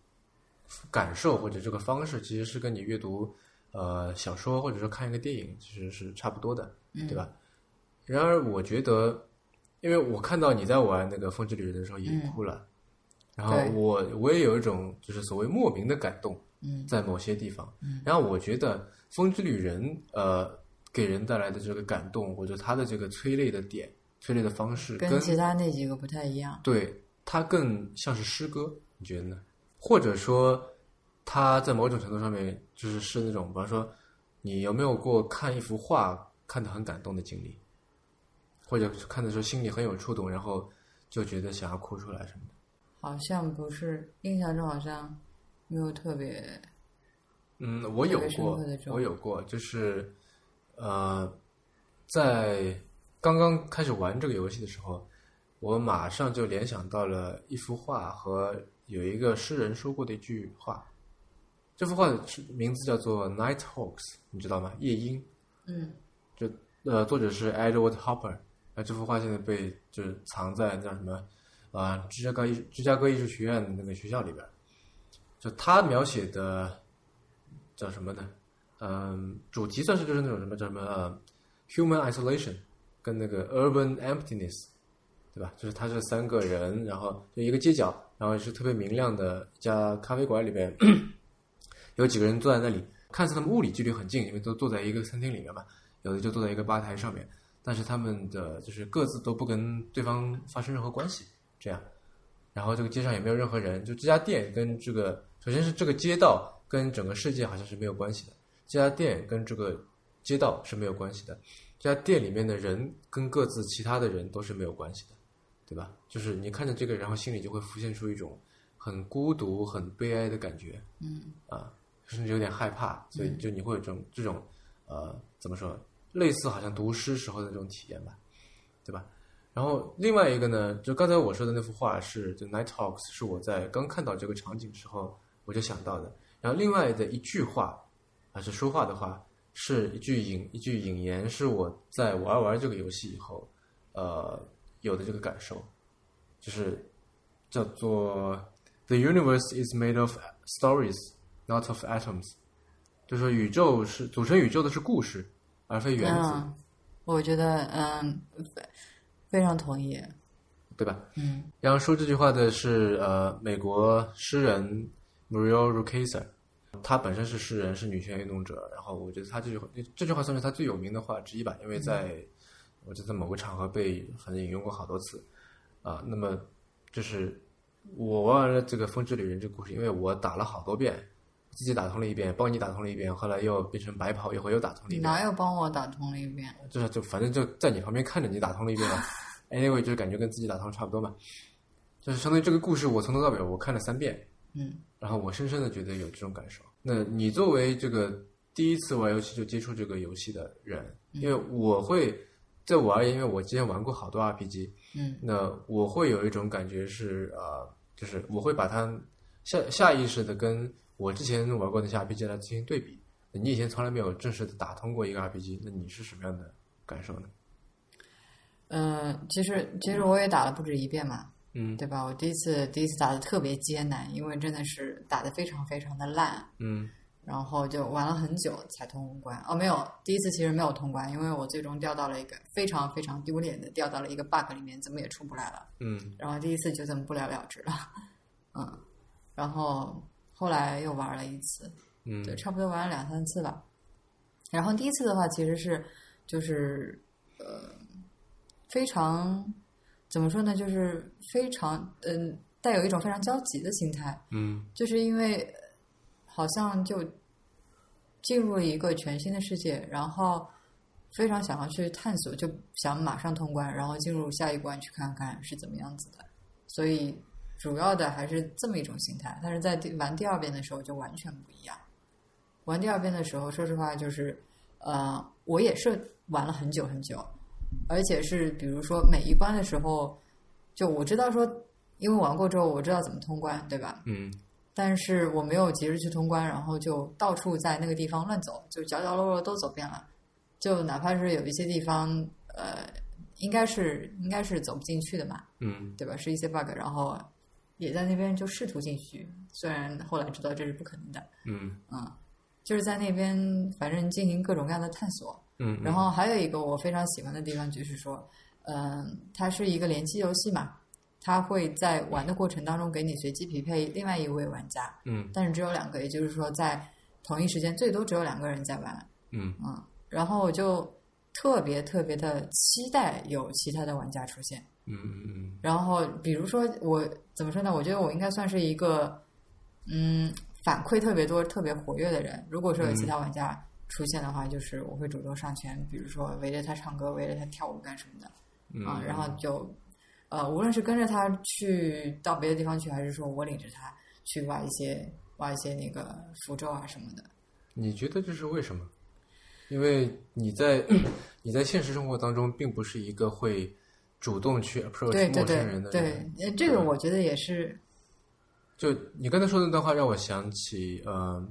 A: 感受或者这个方式，其实是跟你阅读呃小说或者说看一个电影其实是差不多的，
B: 嗯
A: 对吧？然而我觉得，因为我看到你在玩那个《风之旅人》的时候也哭了。然后
B: 嗯对
A: 我我也有一种就是所谓莫名的感动，
B: 嗯
A: 在某些地方。然后我觉得《风之旅人》呃给人带来的这个感动，或者他的这个催泪的点、催泪的方式，跟
B: 跟其他那几个不太一样。
A: 对它更像是诗歌，你觉得呢？或者说，它在某种程度上面就是是那种，比方说，你有没有过看一幅画看得很感动的经历，或者是看的时候心里很有触动，然后就觉得想要哭出来什么的？
B: 好像不是，印象中好像没有特别，
A: 嗯，我有
B: 特别深
A: 过
B: 刻的这，种
A: 我有过，就是呃，在刚刚开始玩这个游戏的时候，我马上就联想到了一幅画和有一个诗人说过的一句话。这幅画的名字叫做《Night Hawks》，你知道吗？夜鹰。
B: 嗯
A: 就呃，作者是 Edward Hopper，那这幅画现在被就是藏在叫什么啊、呃芝加哥艺芝加哥艺术学院的那个学校里边儿，就他描写的叫什么呢？嗯，主题算是就是那种什么叫什么、呃 human isolation 跟那个 urban emptiness，对吧？就是他是三个人，然后就一个街角，然后是特别明亮的一家咖啡馆里边， 有几个人坐在那里，看似他们物理距离很近，因为都坐在一个餐厅里面嘛，有的就坐在一个吧台上面，但是他们的就是各自都不跟对方发生任何关系，这样，然后这个街上也没有任何人，就这家店跟这个首先是这个街道跟整个世界好像是没有关系的，这家店跟这个街道是没有关系的，这家店里面的人跟各自其他的人都是没有关系的，对吧？就是你看着这个，然后心里就会浮现出一种很孤独、很悲哀的感觉，
B: 嗯
A: 啊，甚至有点害怕，所以就你会有这种这种呃，怎么说，类似好像读诗时候的这种体验吧，对吧？然后另外一个呢，就刚才我说的那幅画是《就 Night Hawks》，是我在刚看到这个场景时候我就想到的。然后另外的一句话，还是说话的话，是一句引一句引言，是我在玩玩这个游戏以后，呃，有的这个感受，就是叫做 The universe is made of stories, not of atoms。就说宇宙是组成宇宙的是故事，而非原子，
B: 嗯，我觉得嗯，非非常同意。
A: 对吧？
B: 嗯
A: 然后说这句话的是呃美国诗人 Muriel Rukeyser，她本身是诗人，是女权运动者。然后我觉得她这句话这句话算是她最有名的话之一吧，因为在、我觉得在某个场合被很引用过好多次啊、那么就是我玩了这个《风之旅人》这个故事，因为我打了好多遍，自己打通了一遍，帮你打通了一遍，后来又变成白跑一回又打通了
B: 你
A: 一遍。
B: 哪有帮我打通了一遍？
A: 就是就反正就在你旁边看着你打通了一遍嘛。anyway，就是感觉跟自己打通差不多嘛。就是相当于这个故事，我从头到尾我看了三遍，
B: 嗯，
A: 然后我深深的觉得有这种感受。那你作为这个第一次玩游戏就接触这个游戏的人，因为我会在我而言，因为我之前玩过好多 RPG，
B: 嗯
A: 那我会有一种感觉是呃，就是我会把它下下意识的跟我之前玩过的那些 RPG 来进行对比。你以前从来没有正式的打通过一个 RPG，那你是什么样的感受呢？
B: 呃，其实其实我也打了不止一遍嘛，
A: 嗯
B: 对吧？我第一次第一次打的特别艰难，因为真的是打的非常非常的烂，
A: 嗯
B: 然后就玩了很久才通关。哦，没有，第一次其实没有通关，因为我最终掉到了一个非常非常丢脸的掉到了一个 bug 里面，怎么也出不来了。
A: 嗯
B: 然后第一次就这么不了了之了， 嗯，然后后来又玩了一次，
A: 嗯
B: 对，差不多玩了两三次吧。然后第一次的话，其实是就是呃，非常怎么说呢，就是非常嗯、带有一种非常焦急的心态，
A: 嗯
B: 就是因为呃好像就进入了一个全新的世界，然后非常想要去探索，就想马上通关，然后进入下一关去看看是怎么样子的。所以主要的还是这么一种心态，但是在第玩第二遍的时候就完全不一样。玩第二遍的时候，说实话就是，呃，我也是玩了很久很久，而且是比如说每一关的时候，就我知道说，因为玩过之后我知道怎么通关，对吧？
A: 嗯
B: 但是我没有及时去通关，然后就到处在那个地方乱走，就角角落落都走遍了。就哪怕是有一些地方，呃，应该是应该是走不进去的嘛，
A: 嗯
B: 对吧？是一些 bug，然后也在那边就试图进去，虽然后来知道这是不可能的，
A: 嗯
B: 嗯，就是在那边反正进行各种各样的探索，
A: 嗯，
B: 然后还有一个我非常喜欢的地方就是说，嗯，它是一个联机游戏嘛，它会在玩的过程当中给你随机匹配另外一位玩家，
A: 嗯
B: 但是只有两个，也就是说在同一时间最多只有两个人在玩，
A: 嗯
B: 嗯，然后我就特别特别的期待有其他的玩家出现，
A: 嗯嗯
B: 然后比如说我怎么说呢？我觉得我应该算是一个嗯反馈特别多、特别活跃的人。如果说有其他玩家出现的话，就是我会主动上前，比如说围着他唱歌、围着他跳舞干什么的
A: 嗯
B: 啊、然后就呃，无论是跟着他去到别的地方去，还是说我领着他去挖一些挖一些那个符咒啊什么的。
A: 你觉得这是为什么？因为你在你在现实生活当中，并不是一个会主动去 approach
B: 对对
A: 陌
B: 对
A: 生人的
B: 对
A: 人。，
B: 呃这个我觉得也是，
A: 就你刚才说的那段话，让我想起，呃，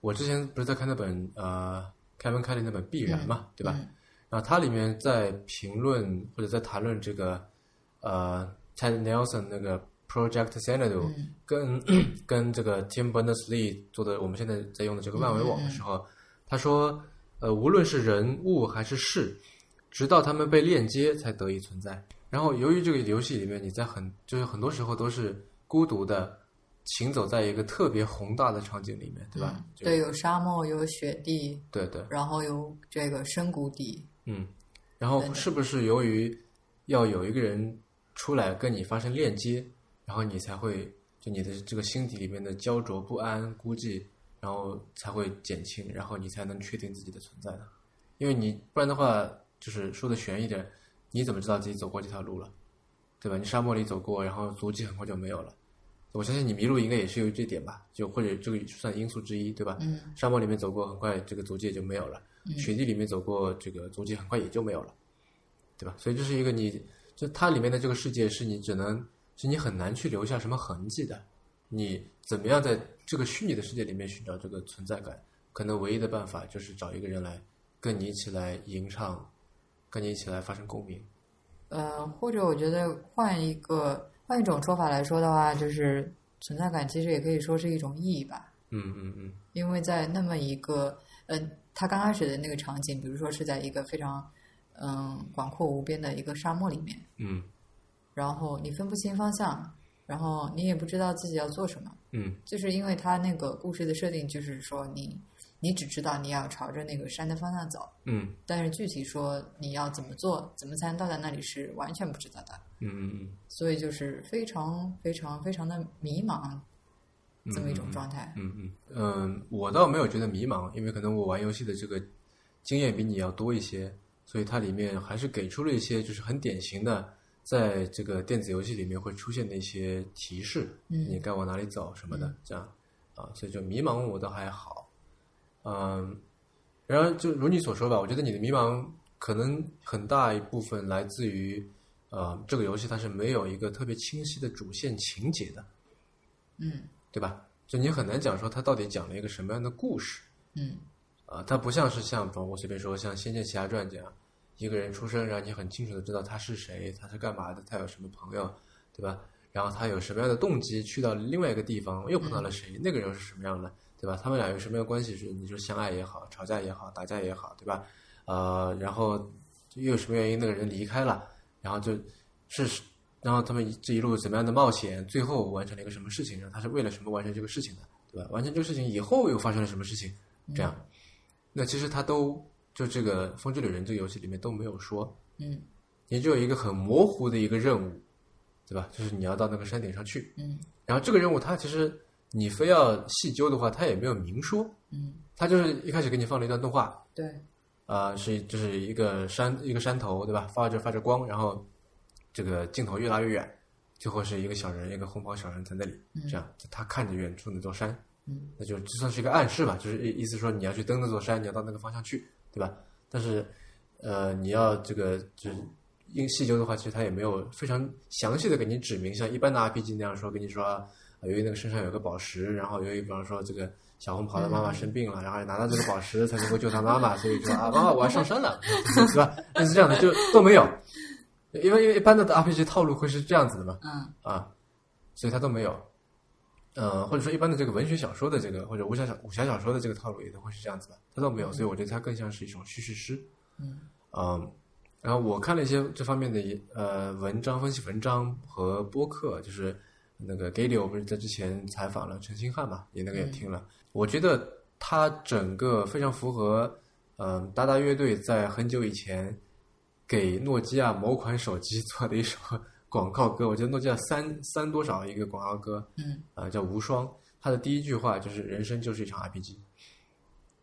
A: 我之前不是在看那本呃凯文·凯利那本《必然》嘛，对吧？
B: 嗯
A: 然后它里面在评论或者在谈论这个呃 Ted Nelson 那个 Project Xanadu、
B: 嗯
A: 跟 跟这个 Tim Berners-Lee 做的我们现在在用的这个万维网的时候，他说，呃，无论是人物还是事，直到他们被链接才得以存在。然后由于这个游戏里面，你在很就是很多时候都是孤独的行走在一个特别宏大的场景里面，对吧？嗯就
B: 嗯对，有沙漠，有雪地，
A: 对对，
B: 然后有这个深谷底，
A: 嗯，然后是不是由于要有一个人出来跟你发生链接，然后你才会就你的这个心底里面的焦灼不安、孤寂，然后才会减轻，然后你才能确定自己的存在呢？因为你不然的话，就是说的悬一点，你怎么知道自己走过这条路了，对吧？你沙漠里走过，然后足迹很快就没有了。我相信你迷路应该也是由于这点吧，就或者这个算因素之一，对吧？
B: 嗯，
A: 沙漠里面走过，很快这个足迹也就没有了；雪地里面走过，这个足迹很快也就没有了，对吧？所以这是一个你，就它里面的这个世界是你只能是你很难去留下什么痕迹的。你怎么样在这个虚拟的世界里面寻找这个存在感？可能唯一的办法就是找一个人来跟你一起来吟唱，跟你一起来发生共鸣。
B: 呃，或者我觉得换一个换一种说法来说的话，就是存在感其实也可以说是一种意义吧，
A: 嗯嗯嗯
B: 因为在那么一个，嗯，他刚开始的那个场景，比如说是在一个非常，嗯，广阔无边的一个沙漠里面，
A: 嗯
B: 然后你分不清方向，然后你也不知道自己要做什么，
A: 嗯
B: 就是因为他那个故事的设定，就是说你，你只知道你要朝着那个山的方向走，
A: 嗯
B: 但是具体说你要怎么做，怎么才能到达那里是完全不知道的，
A: 嗯嗯
B: 所以就是非常非常非常的迷茫，
A: 嗯，
B: 这么一种状态。
A: 嗯嗯嗯，我倒没有觉得迷茫，因为可能我玩游戏的这个经验比你要多一些，所以它里面还是给出了一些就是很典型的，在这个电子游戏里面会出现的一些提示，
B: 嗯
A: 你该往哪里走什么的，这样啊，所以就迷茫我倒还好，嗯，然而就如你所说吧，我觉得你的迷茫可能很大一部分来自于，呃，这个游戏它是没有一个特别清晰的主线情节的，
B: 嗯
A: 对吧？就你很难讲说它到底讲了一个什么样的故事
B: 嗯
A: 啊、它不像是像，比如我随便说，像《仙剑奇侠传》这样，一个人出生，然后你很清楚的知道他是谁，他是干嘛的，他有什么朋友，对吧？然后他有什么样的动机去到另外一个地方，又碰到了谁，那个人又是什么样的，对吧？他们俩有什么样的关系？是你说相爱也好，吵架也好，打架也好，对吧？呃，然后又有什么原因那个人离开了，然后就是是，然后他们一这一路怎么样的冒险，最后完成了一个什么事情，然后他是为了什么完成这个事情的，对吧？完成这个事情以后又发生了什么事情，这样，那其实他都就这个《风之旅人》这个游戏里面都没有说，
B: 嗯
A: 你只有一个很模糊的一个任务，对吧？就是你要到那个山顶上去，
B: 嗯
A: 然后这个任务它其实你非要细究的话，它也没有明说，
B: 嗯，
A: 它就是一开始给你放了一段动画，
B: 对，
A: 啊、是就是一个山一个山头，对吧？发着发着光，然后这个镜头越拉越远，最后是一个小人，一个红袍小人在那里，
B: 嗯
A: 这样他看着远处那座山，
B: 嗯
A: 那就就算是一个暗示吧，就是意意思说你要去登那座山，你要到那个方向去，对吧？但是呃，你要这个就是因细究的话，其实他也没有非常详细的给你指明，像一般的 RPG 那样说，跟你说。呃由于那个身上有个宝石，然后由于比方说这个小红袍的妈妈生病了，然后拿到这个宝石才能够救她妈妈，所以说啊，妈妈我要上山了， 是吧？类似这样的就都没有，因为因为一般的 RPG 套路会是这样子的嘛，
B: 嗯
A: 啊，所以它都没有。呃，或者说一般的这个文学小说的这个或者武侠小武侠小说的这个套路也都会是这样子的，它都没有，所以我觉得它更像是一种叙事诗。
B: 嗯
A: 嗯，然后我看了一些这方面的一呃文章、分析文章和播客，就是那个 g a l i o 不是在之前采访了陈星汉嘛，也那个也听了。我觉得他整个非常符合，嗯、达达乐队在很久以前给诺基亚某款手机做的一首广告歌。我觉得诺基亚三三多少一个广告歌，
B: 嗯
A: 啊，叫无双。他的第一句话就是“人生就是一场 RPG”。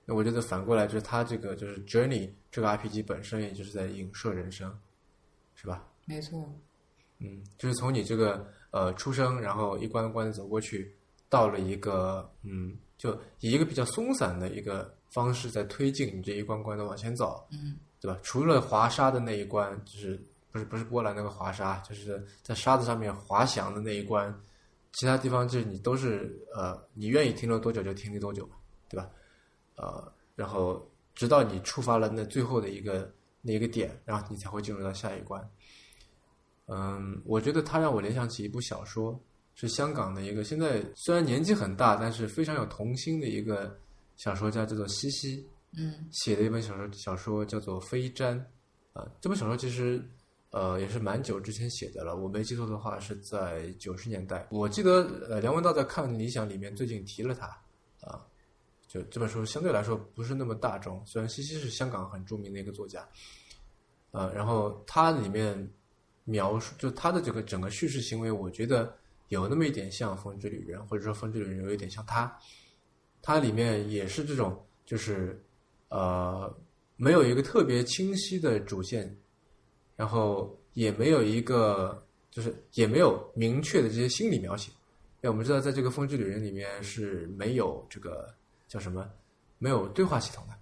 A: 那我觉得反过来就是他这个就是 Journey 这个 RPG 本身，也就是在影射人生，是吧？
B: 没错，
A: 嗯，就是从你这个呃出生，然后一关一关的走过去，到了一个嗯，就以一个比较松散的一个方式在推进你这一关关的往前走，
B: 嗯
A: 对吧？除了滑沙的那一关，就是不是不是波兰那个滑沙，就是在沙子上面滑翔的那一关，其他地方就是你都是呃，你愿意停留多久就停留多久嘛，对吧？呃，然后直到你触发了那最后的一个那一个点，然后你才会进入到下一关。嗯，我觉得它让我联想起一部小说，是香港的一个现在虽然年纪很大，但是非常有童心的一个小说家，叫做西西。
B: 嗯
A: 写的一本小说，小说叫做《飞毡》啊、这本小说其实呃也是蛮久之前写的了，我没记错的话是在九十年代。我记得呃梁文道在看《理想》里面最近提了他啊，就这本书相对来说不是那么大众，虽然西西是香港很著名的一个作家，呃，然后它里面描述就他的这个整个叙事行为，我觉得有那么一点像《风之旅人》，或者说《风之旅人》有一点像他，它里面也是这种就是。呃，没有一个特别清晰的主线，然后也没有一个就是也没有明确的这些心理描写。因为我们知道，在这个《风之旅人》里面是没有这个叫什么，没有对话系统的，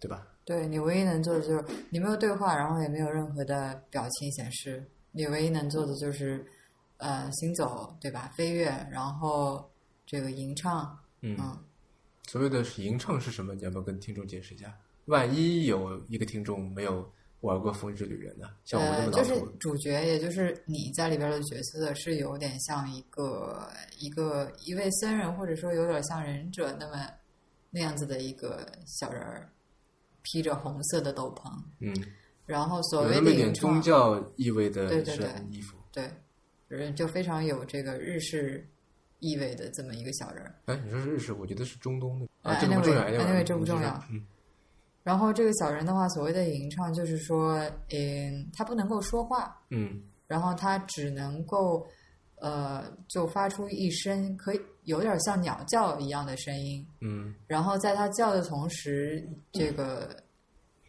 A: 对吧？
B: 对你唯一能做的就是你没有对话，然后也没有任何的表情显示，你唯一能做的就是呃行走，对吧？飞跃，然后这个吟唱，
A: 嗯
B: 嗯
A: 所谓的吟唱是什么？你要不要跟听众解释一下？万一有一个听众没有玩过《风之旅人》的，像我们这
B: 呃，
A: 么
B: 就
A: 老
B: 是
A: 土，
B: 主角，也就是你在里边的角色，是有点像一个一个一位僧人，或者说有点像忍者那么那样子的一个小人儿，披着红色的斗篷，
A: 嗯，
B: 然后所
A: 有
B: 谓
A: 那
B: 的
A: 么一
B: 原
A: 点
B: 创
A: 宗教意味的
B: 对对
A: 是
B: 对
A: 衣服。
B: 对，人就非常有这个日式意味的这么一个小人儿。
A: 哎，你说是日式，我觉得是中东的
B: 哎
A: 啊，这个不重要
B: anyway，
A: anyway，
B: anyway，这不
A: 你继续说
B: 重要
A: 嗯
B: 然后这个小人的话，所谓的吟唱就是说，嗯，他不能够说话，
A: 嗯
B: 然后他只能够呃，就发出一声可以有点像鸟叫一样的声音。
A: 嗯
B: 然后在他叫的同时，这个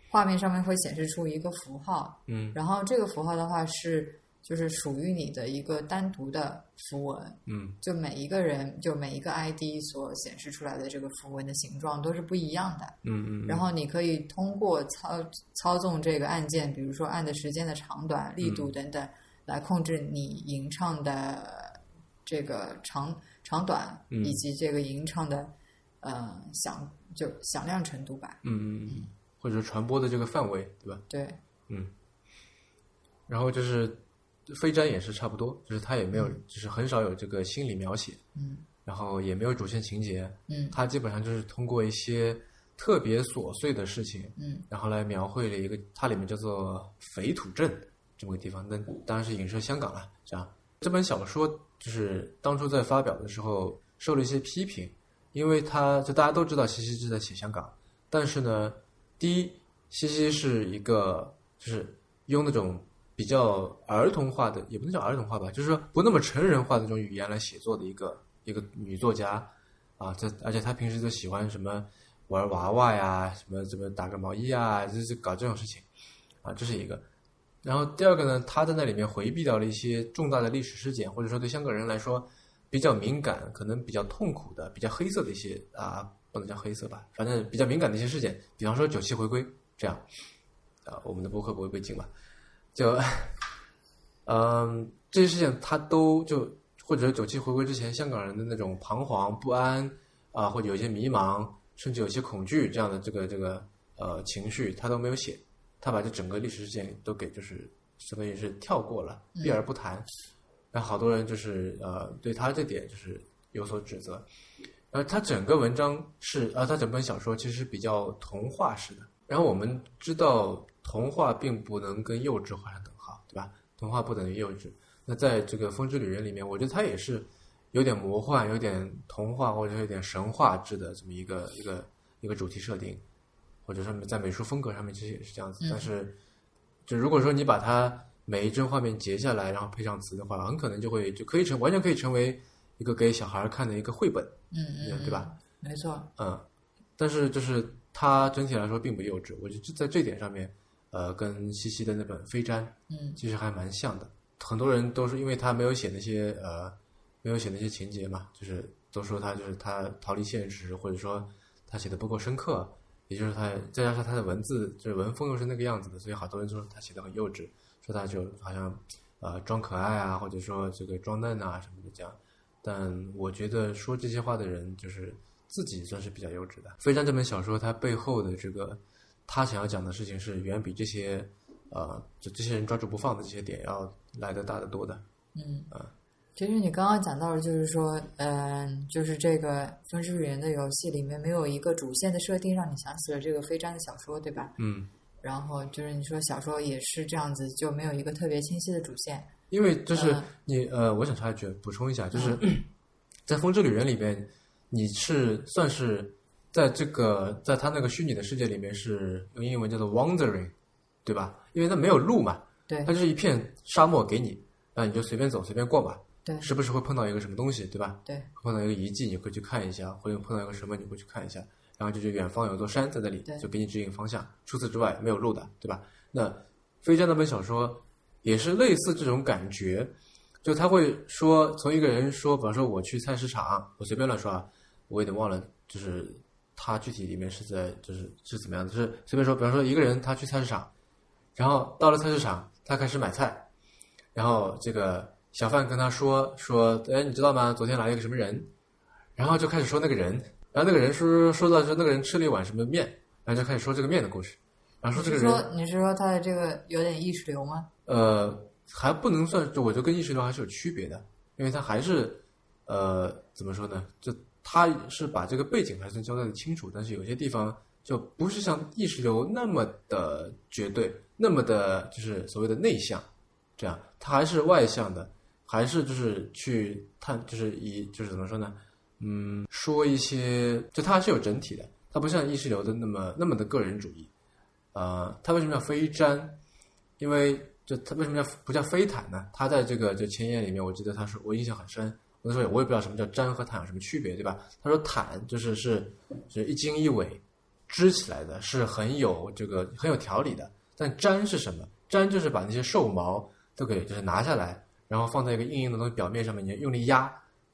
B: 画面上面会显示出一个符号，
A: 嗯
B: 然后这个符号的话是就是属于你的一个单独的符文，
A: 嗯
B: 就每一个人就每一个 ID 所显示出来的这个符文的形状都是不一样的。
A: 嗯嗯，
B: 然后你可以通过操操纵这个按键，比如说按的时间的长短、力
A: 嗯
B: 度等等，来控制你吟唱的这个长长短，
A: 嗯
B: 以及这个吟唱的呃响就响亮程度吧。
A: 嗯嗯嗯，或者说传播的这个范围，对吧？
B: 对，
A: 然后就是飞毡也是差不多，就是它也没有，就是很少有这个心理描写，
B: 嗯
A: 然后也没有主线情节，
B: 嗯
A: 它基本上就是通过一些特别琐碎的事情，
B: 嗯
A: 然后来描绘了一个它里面叫做肥土镇这么个地方，那当然是影射香港了。这样，这本小说就是当初在发表的时候受了一些批评，因为它就大家都知道西西是在写香港，但是呢，第一，西西是一个就是用那种比较儿童化的，也不能叫儿童化吧，就是说不那么成人化的那种语言来写作的一个一个女作家啊，这而且她平时就喜欢什么玩娃娃呀，什么什么打个毛衣啊，就是搞这种事情啊，这是一个。然后第二个呢，她在那里面回避掉了一些重大的历史事件，或者说对香港人来说比较敏感、可能比较痛苦的、比较黑色的一些啊，不能叫黑色吧，反正比较敏感的一些事件，比方说九七回归这样啊，我们的博客不会被禁吧？就嗯，这些事情他都就或者九七回归之前，香港人的那种彷徨不安啊，或者有一些迷茫，甚至有一些恐惧这样的这个这个呃情绪，他都没有写，他把这整个历史事件都给就是相当于是跳过了，避而不谈。那、好多人就是呃对他这点就是有所指责。呃，他整个文章是啊，他整本小说其实是比较童话式的。然后我们知道，童话并不能跟幼稚画上等号，对吧？童话不等于幼稚。那在这个《风之旅人》里面，我觉得它也是有点魔幻、有点童话或者有点神话制的这么一个一个一个主题设定，或者说在美术风格上面其实也是这样子。
B: 嗯
A: 但是，就如果说你把它每一帧画面截下来，然后配上词的话，很可能就会就可以成完全可以成为一个给小孩看的一个绘本。
B: 嗯
A: 对
B: 嗯，
A: 对吧？
B: 没错，
A: 嗯，但是就是它整体来说并不幼稚，我觉得在这点上面，呃，跟西西的那本《飞毡》
B: 嗯
A: 其实还蛮像的。很多人都是因为他没有写那些呃，没有写那些情节嘛，就是都说他就是他逃离现实，或者说他写的不够深刻，也就是他再加上他的文字就是文风又是那个样子的，所以好多人说他写的很幼稚，说他就好像呃装可爱啊，或者说这个装嫩啊什么的这样。但我觉得说这些话的人就是自己算是比较幼稚的。《非战》这本小说，它背后的这个他想要讲的事情是远比这些呃就这些人抓住不放的这些点要来的大得多的。
B: 嗯其实你刚刚讲到的，就是说，嗯，就是这个《风之旅人》的游戏里面没有一个主线的设定，让你想起了这个非战的小说，对吧？
A: 嗯，
B: 然后就是你说小说也是这样子，就没有一个特别清晰的主线。
A: 因为就是
B: 嗯
A: 你呃，我想插一句补充一下，就是 在《风之旅人》里边，你是算是在这个在他那个虚拟的世界里面是用英文叫做 wandering，对吧？因为它没有路嘛，
B: 对
A: 它就是一片沙漠给你，那你就随便走随便逛吧，
B: 对
A: 时不时会碰到一个什么东西，对吧？
B: 对
A: 碰到一个遗迹，你会去看一下；或者碰到一个什么，你会去看一下。然后就是远方有座山在那里
B: 对，
A: 就给你指引方向。除此之外，没有路的，对吧？那《飞毡》那本小说也是类似这种感觉，就他会说，从一个人说，比方说我去菜市场，我随便乱说啊，我有点忘了，就是他具体里面是在就是是怎么样的，就是随便说，比方说一个人他去菜市场，然后到了菜市场，他开始买菜，然后这个小贩跟他说说，哎，你知道吗？昨天来了一个什么人，然后就开始说那个人，然后那个人说说到说那个人吃了一碗什么面，然后就开始说这个面的故事，然后说
B: 你
A: 这个
B: 是
A: 人
B: 说你是说他的这个有点意识流吗？
A: 呃，还不能算，就我觉得跟意识流还是有区别的，因为他还是呃，怎么说呢？就他是把这个背景还是交代的清楚，但是有些地方就不是像意识流那么的绝对，那么的就是所谓的内向，这样他还是外向的，还是就是去探，就是以就是怎么说呢？嗯，说一些就他还是有整体的，他不像意识流的那么那么的个人主义。呃，他为什么叫飞瞻？因为就它为什么叫不叫飞毯呢？它在这个就前言里面，我记得他说，我印象很深。我那时候也我也不知道什么叫毡和毯有什么区别，对吧？他说毯就是是是一经一纬织起来的，是很有这个很有条理的。但毡是什么？毡就是把那些兽毛都给就是拿下来，然后放在一个硬硬的东西表面上面，你用力压，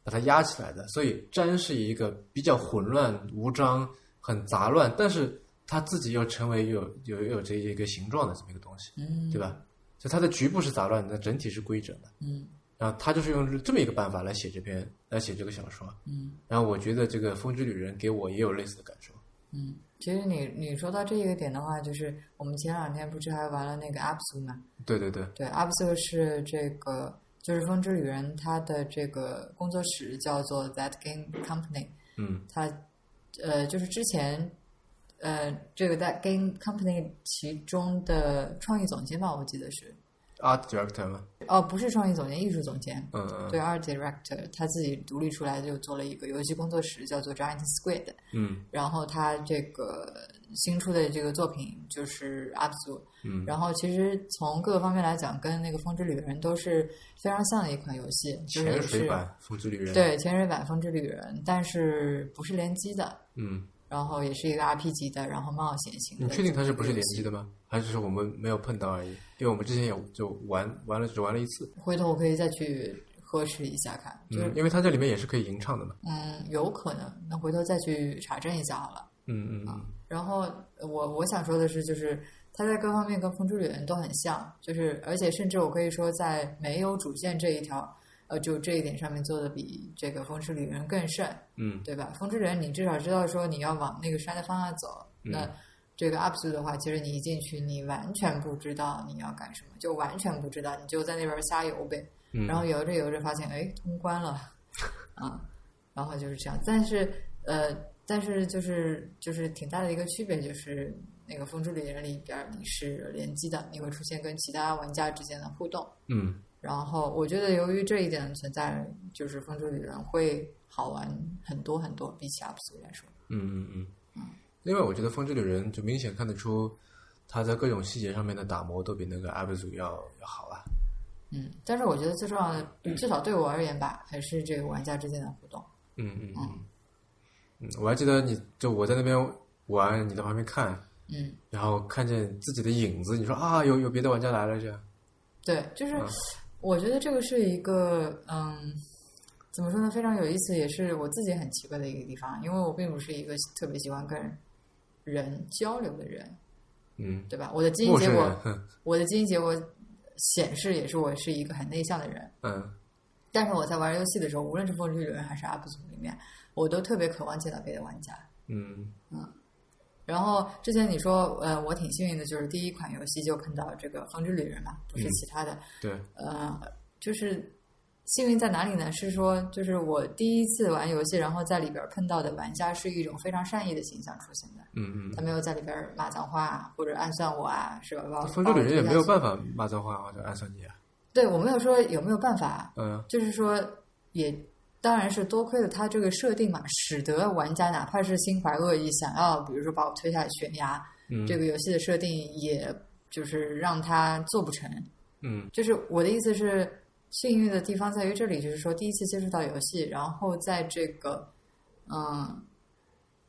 A: 把它压起来的。所以毡是一个比较混乱无章、很杂乱，但是它自己又成为有有有这一个形状的这么一个东西。
B: 嗯
A: 对吧？就它的局部是杂乱的，但整体是规整的。
B: 嗯
A: 然后他就是用这么一个办法来写这篇，来写这个小说。
B: 嗯
A: 然后我觉得这个《风之旅人》给我也有类似的感受。
B: 嗯。其实你你说到这一个点的话，就是我们前两天不是还玩了那个 UP 主嘛？
A: 对对对，
B: 对 u p s 是这个就是《风之旅人》他的这个工作室叫做 That Game Company，
A: 嗯
B: 他呃就是之前呃这个 That Game Company 其中的创意总监吧，我记得是
A: ，art director 嘛，
B: 哦不是创意总监，艺术总监。
A: 嗯嗯
B: 对，Art Director，他自己独立出来就做了一个游戏工作室，叫做 Giant Squid。
A: 嗯
B: 然后他这个新出的这个作品就是 UP 主，
A: 嗯，
B: 然后其实从各个方面来讲，跟那个《风之旅人》都是非常像的一款游戏，就
A: 潜
B: 是也
A: 水
B: 是
A: 版《风之旅人》，
B: 对潜水版《风之旅人》，但是不是联机的，
A: 嗯，
B: 然后也是一个 RPG 的，然后冒险型的。
A: 你确定它是不是联机？的吗？还是说我们没有碰到而已？因为我们之前也就玩玩了，只玩了一次。
B: 回头我可以再去核实一下看，就是
A: 嗯，因为它这里面也是可以吟唱的嘛。
B: 嗯有可能，那回头再去查证一下好了。
A: 嗯嗯嗯
B: 然后我我想说的是，就是它在各方面跟《风之旅人》都很像，就是而且甚至我可以说，在没有主线这一条，呃，就这一点上面做的比这个《风之旅人》更甚，
A: 嗯
B: 对吧？《风之旅人》你至少知道说你要往那个山的方向走，
A: 嗯
B: 那这个 UP 主的话，其实你一进去，你完全不知道你要干什么，就完全不知道，你就在那边瞎游呗。
A: 嗯，
B: 然后游着游着发现，哎，通关了，啊，然后就是这样。但是呃，但是就是就是挺大的一个区别，就是那个《风之旅人》里边儿你是联机的，你会出现跟其他玩家之间的互动。
A: 嗯
B: 然后我觉得由于这一点的存在，就是《风之旅人》会好玩很多很多，比起 UP 主来说，
A: 嗯嗯嗯。另外，我觉得《风之旅人》就明显看得出，他在各种细节上面的打磨都比那个 UP 主要要好啊。
B: 嗯。但是我觉得最重要的，至少对我而言吧，还是这个玩家之间的互动。
A: 嗯嗯嗯。嗯，我还记得你就我在那边玩，你在旁边看，
B: 嗯，
A: 然后看见自己的影子，你说啊，有有别的玩家来了这样。
B: 对，就是
A: 嗯
B: 我觉得这个是一个嗯，怎么说呢，非常有意思，也是我自己很奇怪的一个地方，因为我并不是一个特别喜欢跟人交流的人，
A: 嗯，
B: 对吧？我的基因
A: 陌
B: 结
A: 生
B: 果
A: 人，，哼
B: 我的基因结果显示也是我是一个很内向的人，
A: 嗯
B: 但是我在玩游戏的时候，无论是风之旅人还是 UP 组里面，我都特别渴望见到别的玩家。
A: 嗯
B: 然后之前你说，呃，我挺幸运的，就是第一款游戏就看到这个《风之旅人》嘛，不是
A: 嗯
B: 其他的。
A: 对，
B: 呃，就是幸运在哪里呢？是说，就是我第一次玩游戏，然后在里边儿碰到的玩家是一种非常善意的形象出现的，
A: 嗯嗯。
B: 他没有在里边儿骂脏话啊或者暗算我啊，是吧？把我
A: 风之旅人也没有
B: 法，
A: 办法骂脏话或者暗算你啊。
B: 对我没有说有没有办法，
A: 嗯
B: 就是说也。当然是多亏了他这个设定嘛，使得玩家哪怕是心怀恶意，想要比如说把我推下悬崖，
A: 嗯，
B: 这个游戏的设定也就是让他做不成。
A: 嗯
B: 就是我的意思是，幸运的地方在于这里，就是说第一次接触到游戏，然后在这个嗯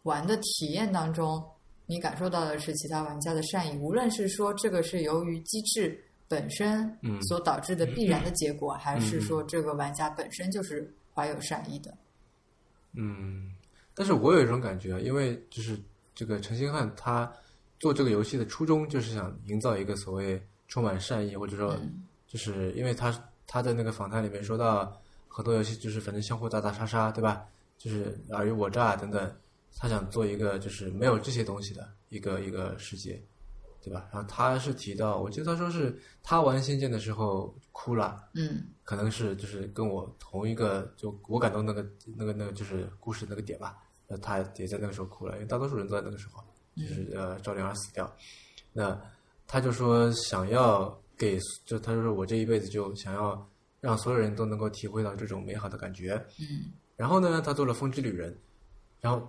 B: 玩的体验当中，你感受到的是其他玩家的善意，无论是说这个是由于机制本身
A: 嗯
B: 所导致的必然的结果，还是说这个玩家本身就是怀有善意的。
A: 嗯，但是我有一种感觉，因为就是这个陈星汉他做这个游戏的初衷就是想营造一个所谓充满善意，或者说就是因为他他在那个访谈里面说到很多游戏就是反正相互打打杀杀，对吧？就是尔虞我诈等等，他想做一个就是没有这些东西的一个一个世界，对吧？然后他是提到，我记得他说是他玩《仙剑》的时候哭了，
B: 嗯
A: 可能是就是跟我同一个，就我感动那个那个那个就是故事那个点吧。那他也在那个时候哭了，因为大多数人都在那个时候，就是呃赵灵儿死掉，那他就说想要给，就他说我这一辈子就想要让所有人都能够体会到这种美好的感觉。
B: 嗯
A: 然后呢，他做了《风之旅人》，然后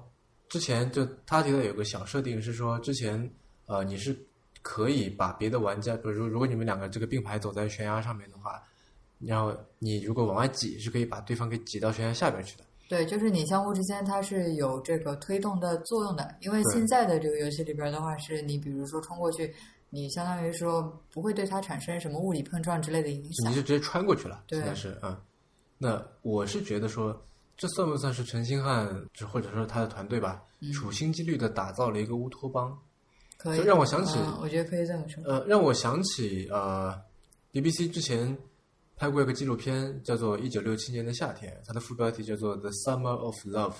A: 之前就他觉得有个小设定是说，之前呃你是可以把别的玩家，比如如果你们两个这个并排走在悬崖上面的话，然后你如果往外挤，是可以把对方给挤到悬崖下边去的。
B: 对，就是你相互之间它是有这个推动的作用的，因为
A: 对
B: 现在的这个游戏里边的话，是你比如说冲过去，你相当于说不会对它产生什么物理碰撞之类的影响
A: 你。就直接穿过去了，
B: 啊对
A: 现在是嗯。那我是觉得说，这算不算是陈星汉，就或者说他的团队吧，
B: 嗯
A: 处心积虑的打造了一个乌托邦？
B: 可以
A: 就让我想起
B: 嗯我觉得可以这么说。
A: 呃，让我想起呃，BBC 之前拍过一个纪录片，叫做《一九六七年的夏天》，它的副标题叫做《The Summer of Love》。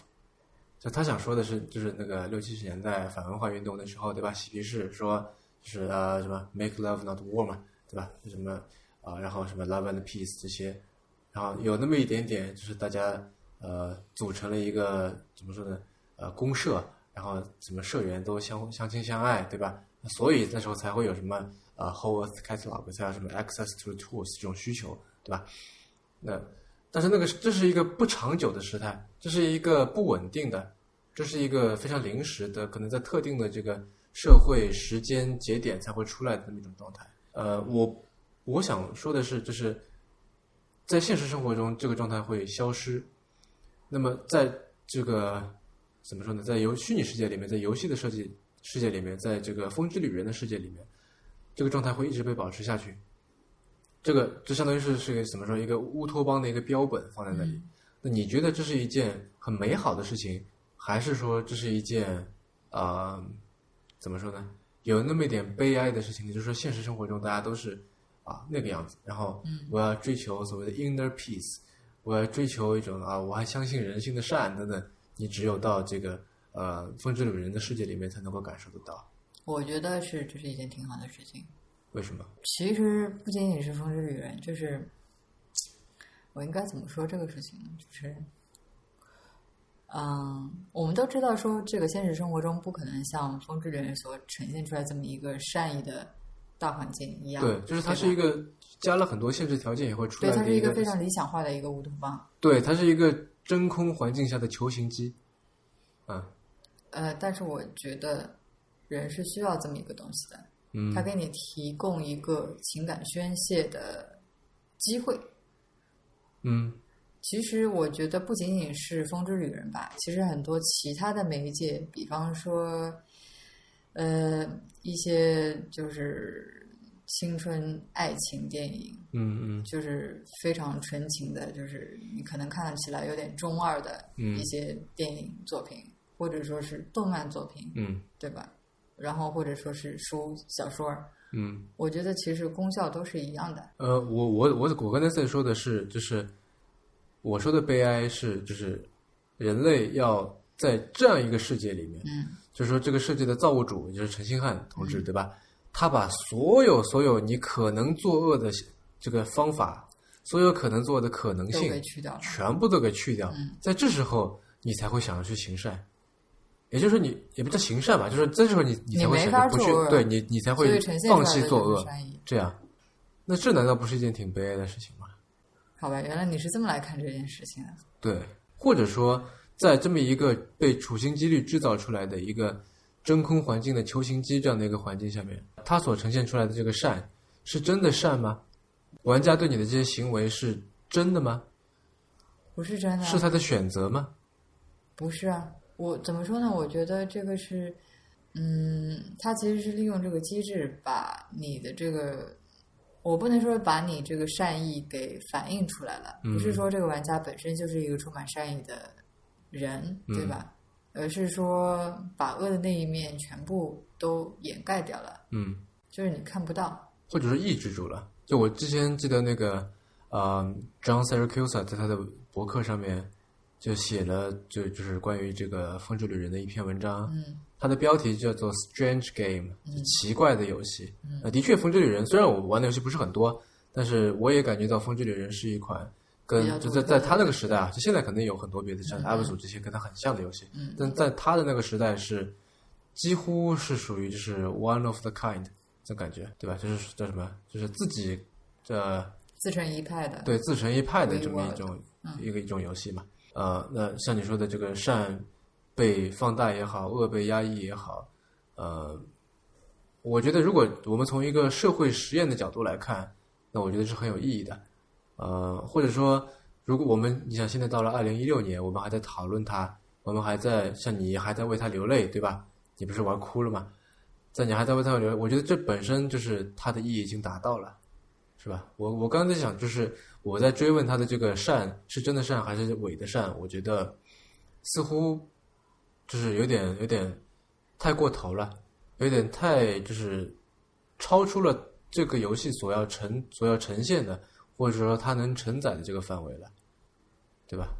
A: 就他想说的是，就是那个六七十年代反文化运动的时候，对吧？嬉皮士说就是呃什么 “Make love not war” 嘛，对吧？什么啊、呃然后什么 “love and peace” 这些，然后啊有那么一点点，就是大家呃组成了一个怎么说呢？呃，公社，然后什么社员都相相亲相爱，对吧？所以那时候才会有什么呃 Whole Earth Catalog，才有什么 Access to Tools 这种需求，对吧？那但是那个是这是一个不长久的时态，这是一个不稳定的，这是一个非常临时的，可能在特定的这个社会时间节点才会出来的那么一种状态。呃，我我想说的是，就是在现实生活中，这个状态会消失。那么在这个怎么说呢，在游虚拟世界里面，在游戏的设计世界里面，在这个《风之旅人》的世界里面，这个状态会一直被保持下去。这个这相当于是是一个怎么说一个乌托邦的一个标本放在那里。那你觉得这是一件很美好的事情，还是说这是一件啊、呃怎么说呢？有那么一点悲哀的事情，就是说现实生活中大家都是啊那个样子，然后
B: 嗯
A: 我要追求所谓的 inner peace，我要追求一种啊我还相信人性的善等等。你只有到这个呃风之旅人的世界里面才能够感受得到。
B: 我觉得是这是一件挺好的事情。
A: 为什么？
B: 其实不仅仅是风之旅人，就是我应该怎么说这个事情呢？就是，嗯，我们都知道说这个现实生活中不可能像风之旅人所呈现出来这么一个善意的大环境一样。
A: 对，就是它是一
B: 个，
A: 个加了很多限制条件也会出
B: 啊对，
A: 来
B: 它
A: 的
B: 是一
A: 个
B: 个非常理想化的一个乌托邦。
A: 对，它是一个真空环境下的球形机。啊，
B: 呃，但是我觉得人是需要这么一个东西的，
A: 嗯
B: 它，给你提供一个情感宣泄的机会。
A: 嗯，
B: 其实我觉得不仅仅是《风之旅人》吧，其实很多其他的媒介，比方说，呃，一些就是青春爱情电影，
A: 嗯嗯
B: 就是非常纯情的，就是你可能看起来有点中二的
A: 嗯
B: 一些电影作品，或者说是动漫作品，
A: 嗯
B: 对吧？然后或者说是书、小说儿，
A: 嗯，
B: 我觉得其实功效都是一样的。
A: 呃，我我我我刚才在说的是，就是我说的悲哀是，就是人类要在这样一个世界里面，
B: 嗯
A: 就是说这个世界的造物主就是陈星汉同志，对吧？他把所有所有你可能作恶的这个方法，所有可能作恶的可能
B: 都
A: 性
B: 给，去掉了。
A: 全部都给去掉
B: 嗯。
A: 在这时候，你才会想要去行善，也就是说你也不叫行善吧，就是这时候你你
B: 你
A: 才会
B: 没
A: 选
B: 法
A: 择不去
B: 作恶，
A: 对你你才
B: 所
A: 会
B: 以呈现出
A: 放
B: 来
A: 弃
B: 的
A: 作
B: 就是
A: 恶，
B: 善意
A: 这样，那这难道不是一件挺悲哀的事情吗？
B: 好吧，原来你是这么来看这件事情的。
A: 对，或者说，在这么一个被处心积虑制造出来的一个真空环境的球形机这样的一个环境下面，它所呈现出来的这个善，是真的善吗？玩家对你的这些行为是真的吗？
B: 不是真的啊，
A: 是他的选择吗？
B: 不是啊？我怎么说呢？我觉得这个是，嗯，它其实是利用这个机制，把你的这个，我不能说把你这个善意给反映出来了，不是说这个玩家本身就是一个充满善意的人，对吧？而是说把恶的那一面全部都掩盖掉了，
A: 嗯，
B: 就是你看不到。
A: 或者是抑制住了。就我之前记得那个，呃，John Siracusa 在他的博客上面就写了就就是关于这个风之旅人的一篇文章，
B: 嗯
A: 它的标题叫做《Strange Game》，就奇怪的游戏。
B: 嗯
A: 呃，的确，《风之旅人》虽然我玩的游戏不是很多，但是我也感觉到《风之旅人》是一款
B: 比
A: 跟
B: 较
A: 就
B: 独
A: 在
B: 特
A: 在
B: 的
A: 他那个时代啊，就现在可能有很多别的像
B: 嗯
A: App 组这些跟他很像的游戏，
B: 嗯
A: 但在他的那个时代是几乎是属于就是 one of the kind 这感觉，对吧？就是叫什么？就是自己呃
B: 自成一派的，
A: 对自成一派的
B: Free
A: 这么一
B: world，
A: 种、
B: 嗯
A: 一个一种游戏嘛。呃，那像你说的这个善被放大也好，恶被压抑也好，呃，我觉得如果我们从一个社会实验的角度来看，那我觉得是很有意义的。呃，或者说，如果我们你想现在到了二零一六年，我们还在讨论它，我们还在像你还在为它流泪，对吧？你不是玩哭了吗？在你还在为它流泪，我觉得这本身就是它的意义已经达到了。是吧？我我刚刚在想，就是我在追问他的这个善是真的善还是伪的善，我觉得似乎就是有点有点太过头了，有点太就是超出了这个游戏所要呈所要呈现的，或者说它能承载的这个范围了，对吧？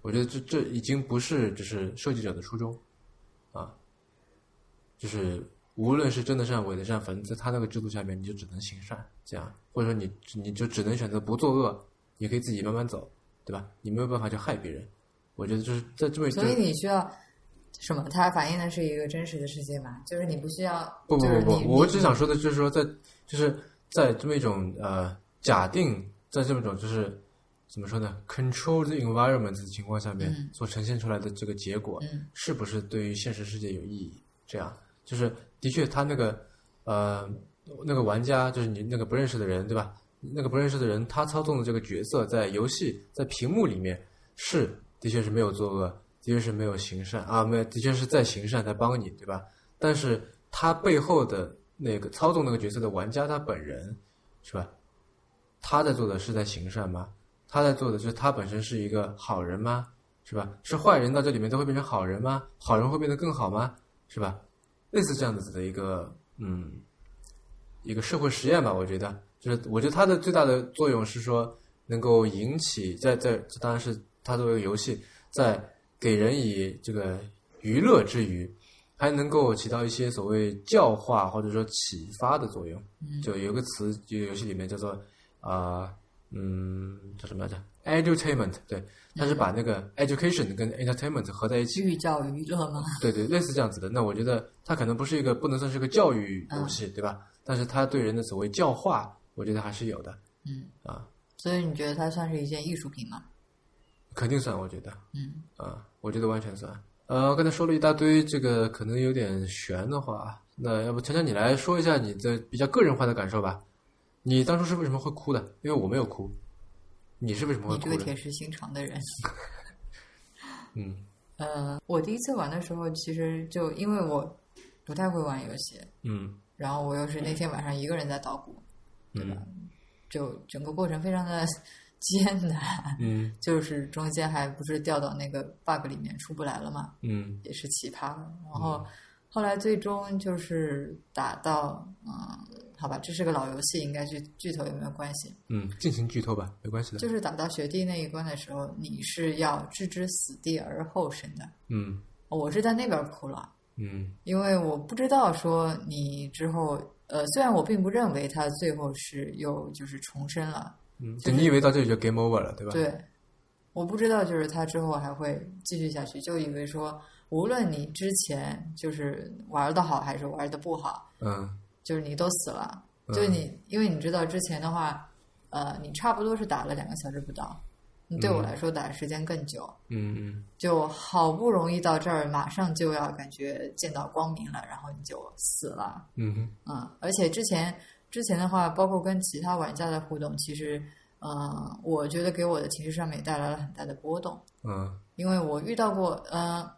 A: 我觉得这这已经不是就是设计者的初衷啊，就是无论是真的善伪的善，反正在他那个制度下面，你就只能行善，这样，或者说你你就只能选择不作恶，你可以自己慢慢走，对吧？你没有办法去害别人。我觉得就是在这么
B: 所以你需要什么？它反映的是一个真实的世界嘛，就是你不需要，
A: 不不
B: 就是
A: 不
B: 你
A: 不，我只想说的就是说在，就是在这么一种呃假定，在这么一种就是怎么说呢，controlled environment 的情况下面、
B: 嗯
A: 所呈现出来的这个结果，
B: 嗯
A: 是不是对于现实世界有意义？这样就是的确，他那个呃那个玩家就是你那个不认识的人，对吧？那个不认识的人，他操纵的这个角色在游戏在屏幕里面是的确是没有作恶，的确是没有行善啊，没有的确是在行善在帮你，对吧？但是他背后的那个操纵那个角色的玩家他本人，是吧？他在做的是在行善吗？他在做的就是他本身是一个好人吗？是吧？是坏人到这里面都会变成好人吗？好人会变得更好吗？是吧？类似这样子的一个嗯，一个社会实验吧，我觉得就是我觉得它的最大的作用是说能够引起在在这当然是它作为一个游戏，在给人以这个娱乐之余，还能够起到一些所谓教化或者说启发的作用。
B: 嗯
A: 就有一个词，就游戏里面叫做啊、嗯，叫什么来着？Edutainment，对，它是把那个 education 跟 entertainment 合在一起，
B: 寓教于乐嘛，
A: 对对，类似这样子的。那我觉得它可能不是一个，不能算是个教育
B: 嗯
A: 游戏，对吧？但是它对人的所谓教化，我觉得还是有的
B: 嗯，
A: 啊，
B: 所以你觉得它算是一件艺术品吗？
A: 肯定算，我觉得
B: 嗯，
A: 啊，我觉得完全算。呃，刚才说了一大堆，这个可能有点悬的话，那要不强强你来说一下你的比较个人化的感受吧？你当初是为什么会哭的？因为我没有哭，你是为什么会
B: 你这
A: 哭
B: 个
A: 的
B: 铁？石心肠的人。
A: 嗯
B: 呃，我第一次玩的时候，其实就因为我不太会玩游戏，
A: 嗯
B: 然后我又是那天晚上一个人在捣鼓，
A: 嗯
B: 就整个过程非常的 艰难，
A: 嗯
B: 就是中间还不是掉到那个 bug 里面出不来了嘛，
A: 嗯
B: 也是奇葩。然后后来最终就是打到，嗯，好吧，这是个老游戏，应该剧剧透也没有关系。
A: 嗯，进行剧透吧，没关系的。
B: 就是打到学弟那一关的时候，你是要置之死地而后生的。
A: 嗯
B: 我是在那边哭了，
A: 嗯
B: 因为我不知道说你之后，呃，虽然我并不认为他最后是又就是重生了，
A: 嗯，
B: 就
A: 就你以为到这里就 game over 了，对吧？
B: 对，我不知道就是他之后还会继续下去，就以为说无论你之前就是玩的好还是玩的不好，
A: 嗯
B: 就是你都死了，
A: 嗯
B: 就你、因为你知道之前的话，呃，你差不多是打了两个小时不到，你对
A: 嗯
B: 我来说打的时间更久。
A: 嗯嗯
B: 就好不容易到这儿，马上就要感觉见到光明了，然后你就死了。
A: 嗯哼
B: 嗯，而且之前之前的话，包括跟其他玩家的互动，其实，嗯，我觉得给我的情绪上面也带来了很大的波动，
A: 嗯
B: 因为我遇到过，呃，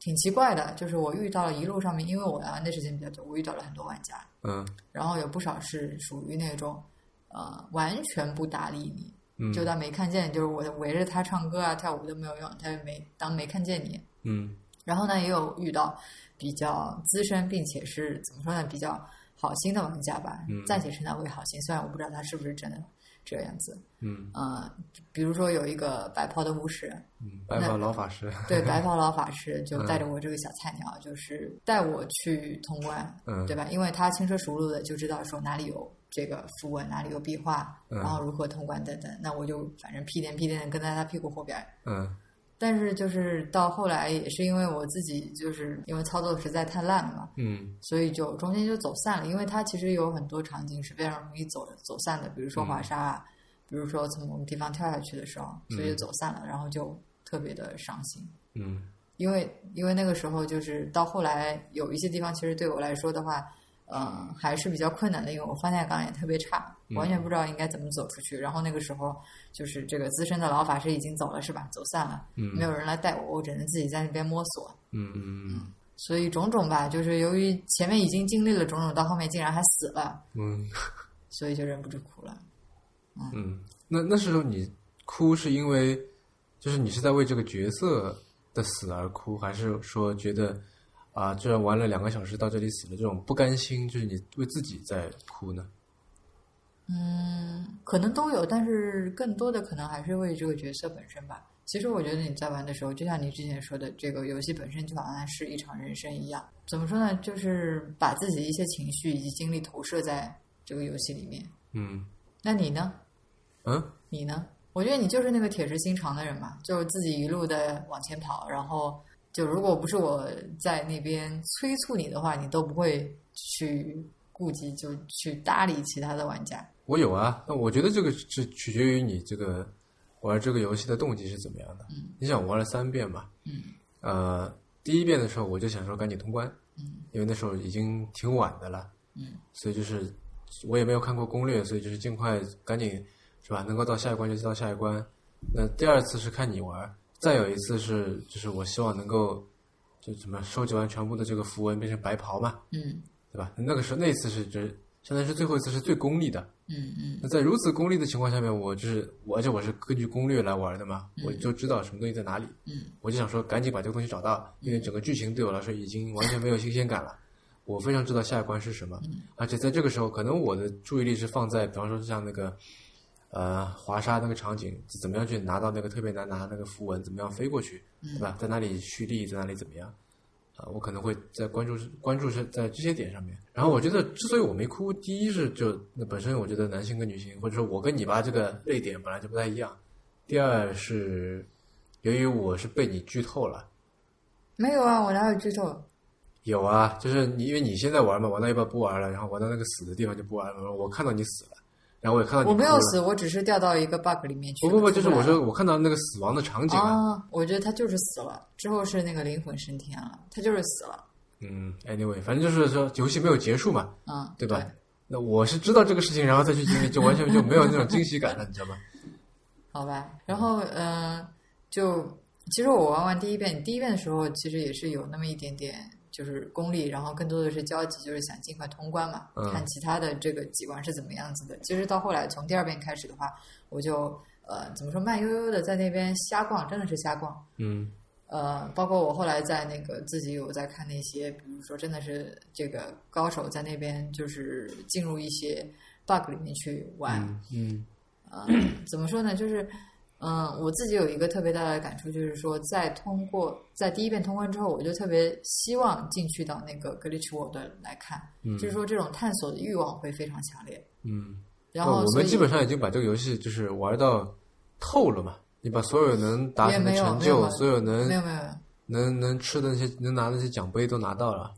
B: 挺奇怪的，就是我遇到了一路上面，因为我玩的时间比较久，我遇到了很多玩家，
A: 嗯
B: 然后有不少是属于那种，呃，完全不搭理你，
A: 嗯，
B: 就当没看见，就是我围着他唱歌啊、跳舞都没有用，他也没当没看见你，
A: 嗯
B: 然后呢，也有遇到比较资深并且是怎么说呢，比较好心的玩家吧，
A: 嗯
B: 暂且称他为好心，虽然我不知道他是不是真的。这样子。
A: 嗯
B: 呃，比如说有一个白袍的巫师，
A: 嗯，白发老法师，
B: 对，白袍老法师就带着
A: 嗯
B: 我这个小菜鸟，就是带我去通关，
A: 嗯
B: 对吧？因为他轻车熟路的就知道说哪里有这个符文，哪里有壁画，
A: 嗯
B: 然后如何通关等等。那我就反正屁颠屁颠的跟在他屁股后边儿。
A: 嗯
B: 但是就是到后来也是因为我自己就是因为操作实在太烂了嘛，
A: 嗯
B: 所以就中间就走散了。因为它其实有很多场景是非常容易走走散的，比如说滑沙啊，比如说从某个地方跳下去的时候，所以就走散了，然后就特别的伤心。
A: 嗯
B: 因为因为那个时候就是到后来有一些地方，其实对我来说的话，呃，还是比较困难的，因为我方向感也特别差，
A: 嗯
B: 完全不知道应该怎么走出去。然后那个时候就是这个资深的老法师已经走了，是吧？走散了，
A: 嗯
B: 没有人来带我，我只能自己在那边摸索。
A: 嗯嗯
B: 所以种种吧，就是由于前面已经经历了种种，到后面竟然还死了，
A: 嗯
B: 所以就忍不住哭了。
A: 嗯，那那时候你哭是因为，就是你是在为这个角色的死而哭，还是说觉得啊，居然玩了两个小时到这里死了，这种不甘心，就是你为自己在哭呢？
B: 嗯，可能都有，但是更多的可能还是为这个角色本身吧。其实我觉得你在玩的时候，就像你之前说的，这个游戏本身就好像是一场人生一样。怎么说呢？就是把自己的一些情绪以及精力投射在这个游戏里面。
A: 嗯
B: 那你呢？
A: 嗯
B: 你呢？我觉得你就是那个铁石心肠的人嘛，就是自己一路的往前跑，然后就如果不是我在那边催促你的话，你都不会去顾及就去搭理其他的玩家。
A: 我有啊，那我觉得这个是取决于你这个玩这个游戏的动机是怎么样的。
B: 嗯
A: 你想我玩了三遍嘛？
B: 嗯
A: 呃，第一遍的时候我就想说赶紧通关，
B: 嗯
A: 因为那时候已经挺晚的了，
B: 嗯
A: 所以就是我也没有看过攻略，所以就是尽快赶紧是吧？能够到下一关就到下一关。那第二次是看你玩，再有一次是就是我希望能够就怎么收集完全部的这个符文变成白袍嘛，
B: 嗯
A: 对吧？那个时候那一次是就是相当于是最后一次是最功利的，
B: 嗯嗯
A: 那在如此功利的情况下面，我就是我，而且我是根据攻略来玩的嘛，我就知道什么东西在哪里，
B: 嗯
A: 我就想说赶紧把这个东西找到，因为整个剧情对我来说已经完全没有新鲜感了。我非常知道下一关是什么，
B: 嗯
A: 而且在这个时候，可能我的注意力是放在，比方说像那个，呃，华沙那个场景，怎么样去拿到那个特别难拿的那个符文，怎么样飞过去，
B: 嗯
A: 对吧？在哪里蓄力，在哪里怎么样？啊，我可能会在关注关注是在这些点上面。然后我觉得，之所以我没哭，第一是就那本身我觉得男性跟女性，或者说我跟你吧这个泪点本来就不太一样。第二是由于我是被你剧透了，
B: 没有啊，我哪有剧透？
A: 有啊，就是你因为你现在玩嘛，玩到一半不玩了，然后玩到那个死的地方就不玩了。我看到你死了，然后我也看到你
B: 我没
A: 哭
B: 有
A: 了。
B: 死，我只是掉到一个 bug 里面去
A: 不
B: 了。
A: 不不，就是
B: 出不
A: 我
B: 来
A: 说我看到那个死亡的场景啊。
B: 啊，我觉得他就是死了，之后是那个灵魂升天了，他就是死了。
A: 嗯，anyway，反正就是说游戏没有结束嘛，
B: 嗯，
A: 对吧？那我是知道这个事情，然后再去经历，就完全就没有那种惊喜感了，你知道吗？
B: 好吧，然后嗯、呃就其实我玩完第一遍，第一遍的时候其实也是有那么一点点就是功力，然后更多的是焦急，就是想尽快通关嘛，
A: 嗯
B: 看其他的这个几关是怎么样子的。其实到后来从第二遍开始的话，我就呃怎么说慢悠悠的在那边瞎逛，真的是瞎逛。
A: 嗯
B: 呃，包括我后来在那个自己有在看那些，比如说真的是这个高手在那边就是进入一些 bug 里面去玩，
A: 嗯
B: 呃，怎么说呢？就是，嗯、我自己有一个特别大的感触，就是说，在通过在第一遍通关之后，我就特别希望进去到那个 glitch world 来看，
A: 嗯
B: 就是说这种探索的欲望会非常强烈。
A: 嗯。
B: 然后，
A: 我
B: 所
A: 们
B: 以
A: 基本上已经把这个游戏就是玩到透了嘛，你把所有能达成的
B: 也没有
A: 成
B: 没
A: 就，
B: 有
A: 所有能
B: 没有没有没有，
A: 能能吃的那些能拿的那些奖杯都拿到了。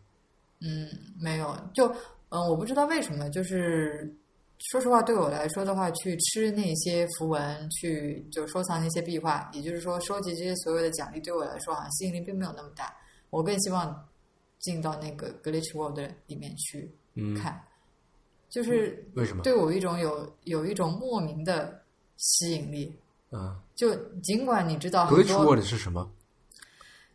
B: 嗯，没有，就嗯、呃我不知道为什么，就是说实话，对我来说的话，去吃那些符文，去就收藏那些壁画，也就是说，收集这些所有的奖励，对我来说好像啊吸引力并没有那么大。我更希望进到那个 Glitch World 里面去
A: 嗯，
B: 看，就是
A: 为什么？
B: 对我一种有有一种莫名的吸引力。
A: 啊
B: 就尽管你知道很
A: ，Glitch
B: 多
A: World 是什么？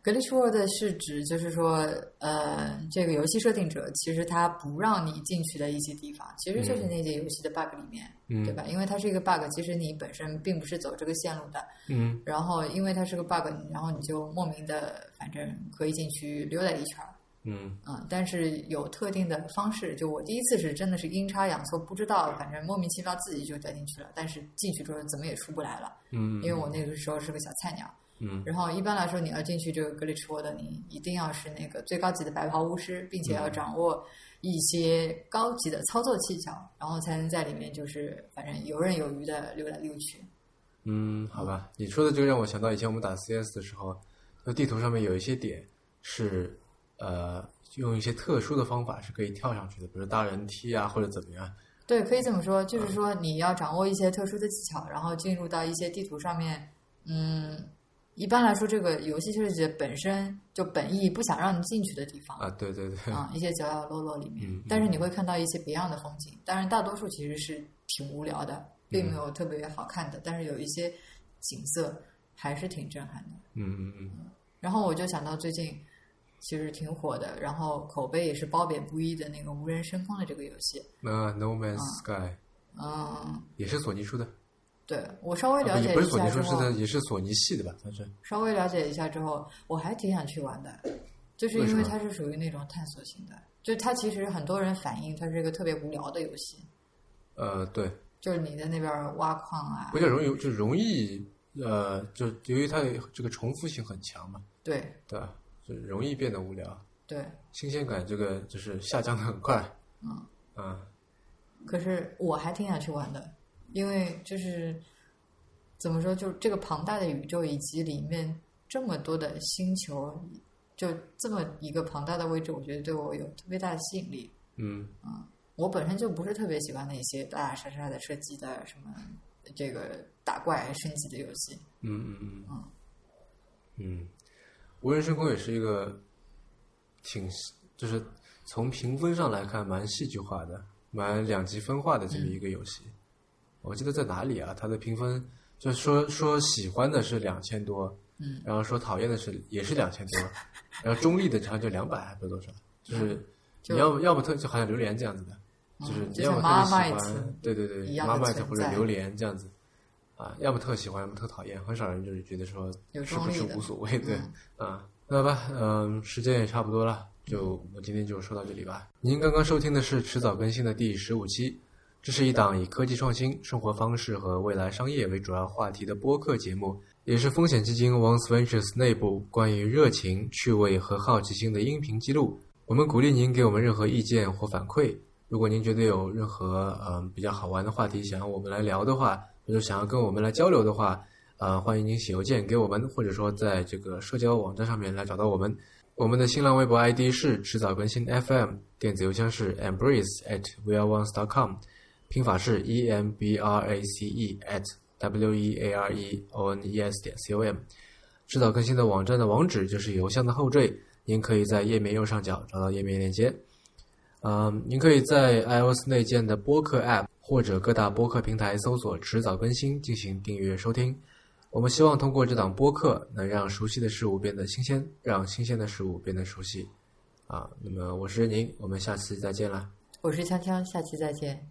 B: Glitch World 是指就是说，呃，这个游戏设定者其实他不让你进去的一些地方，其实就是那些游戏的 bug 里面，
A: 嗯
B: 对吧？因为它是一个 bug，其实你本身并不是走这个线路的，
A: 嗯
B: 然后因为它是个 bug，然后你就莫名的，反正可以进去溜达一圈儿，
A: 嗯
B: 啊、但是有特定的方式。就我第一次是真的是阴差阳错，不知道，反正莫名其妙自己就掉进去了。但是进去之后怎么也出不来了，
A: 嗯，
B: 因为我那个时候是个小菜鸟。
A: 嗯
B: 然后一般来说，你要进去这个格里 w o r 的，你一定要是那个最高级的白袍巫师，并且
A: 嗯
B: 要掌握一些高级的操作技巧，然后才能在里面就是反正游刃有余的溜来溜去。
A: 嗯，好吧，你说的这个让我想到以前我们打 CS 的时候，就地图上面有一些点是呃用一些特殊的方法是可以跳上去的，比如搭人梯啊或者怎么样。
B: 对，可以这么说，
A: 嗯
B: 就是说你要掌握一些特殊的技巧，然后进入到一些地图上面。嗯，一般来说，这个游戏设计本身就本意不想让你进去的地方
A: 啊，对对对，
B: 啊、一些角角落落里面，
A: 嗯
B: 但是你会看到一些别样的风景。当然，大多数其实是挺无聊的，
A: 嗯
B: 并没有特别好看的，但是有一些景色还是挺震撼的。
A: 嗯嗯嗯
B: 然后我就想到最近其实挺火的，然后口碑也是褒贬不一的那个无人升空的这个游戏。
A: 那 No Man's
B: 啊
A: Sky
B: 嗯，
A: 也是索尼出的，
B: 对我稍微了
A: 啊、
B: 解
A: 也不
B: 一
A: 是索
B: 下
A: 尼
B: 之
A: 出，是
B: 后
A: 它，也是索尼系的吧？算是。
B: 稍微了解一下之后，我还挺想去玩的，就是因为它是属于那种探索型的，就它其实很多人反映它是一个特别无聊的游戏。
A: 呃，对，
B: 就是你在那边挖矿啊
A: 比，较容易就容易呃，就由于它有这个重复性很强嘛，
B: 对
A: 对吧？就容易变得无聊，
B: 对，
A: 新鲜感这个就是下降的很快。
B: 嗯
A: 嗯
B: 可是我还挺想去玩的，因为就是怎么说，就是这个庞大的宇宙以及里面这么多的星球，就这么一个庞大的位置，我觉得对我有特别大的吸引力。
A: 嗯
B: 我本身就不是特别喜欢那些打打杀杀的射击的什么这个打怪升级的游戏，
A: 嗯嗯嗯
B: 嗯
A: 嗯，无人升空也是一个挺就是从评分上来看蛮戏剧化的、蛮两极分化的这么一个游戏。我记得在哪里啊？它的评分就说说喜欢的是两千多，
B: 嗯，
A: 然后说讨厌的是也是两千 多，然后中立的好像就两百还不多少，就是
B: 就
A: 你要不要不特就好像榴莲这样子的，就是
B: 嗯
A: 你
B: 就
A: 要
B: 像
A: 么
B: 妈
A: 特
B: 妈
A: 别
B: 一
A: 喜
B: 次
A: 欢，对对对
B: 一，样的
A: 妈妈
B: 存
A: 或者
B: 在
A: 榴莲这样子，啊，要么特喜欢，要么特讨厌，很少人就是觉得说
B: 有
A: 是不
B: 中立
A: 是
B: 的
A: 无所谓，对，
B: 嗯
A: 啊，那好吧，嗯，时间也差不多了，就
B: 嗯
A: 我们今天就说到这里吧。您刚刚收听的是迟早更新的第十五期，这是一档以科技创新、生活方式和未来商业为主要话题的播客节目，也是风险基金 Once Ventures 内部关于热情、趣味和好奇心的音频记录。我们鼓励您给我们任何意见或反馈。如果您觉得有任何嗯、比较好玩的话题想要我们来聊的话，或者想要跟我们来交流的话，呃，欢迎您写邮件给我们，或者说在这个社交网站上面来找到我们。我们的新浪微博 ID 是迟早更新 FM，电子邮箱是 embrace at weareones.com，拼法是 e m b r a c e at w e a r e o n e s 点 c o m。迟早更新的网站的网址就是邮箱的后缀，您可以在页面右上角找到页面链接。嗯，您可以在 iOS 内建的播客 App 或者各大播客平台搜索“迟早更新”进行订阅收听。我们希望通过这档播客，能让熟悉的事物变得新鲜，让新鲜的事物变得熟悉。啊，那么我是任宁，我们下次再见啦。
B: 我是锵锵，下期再见。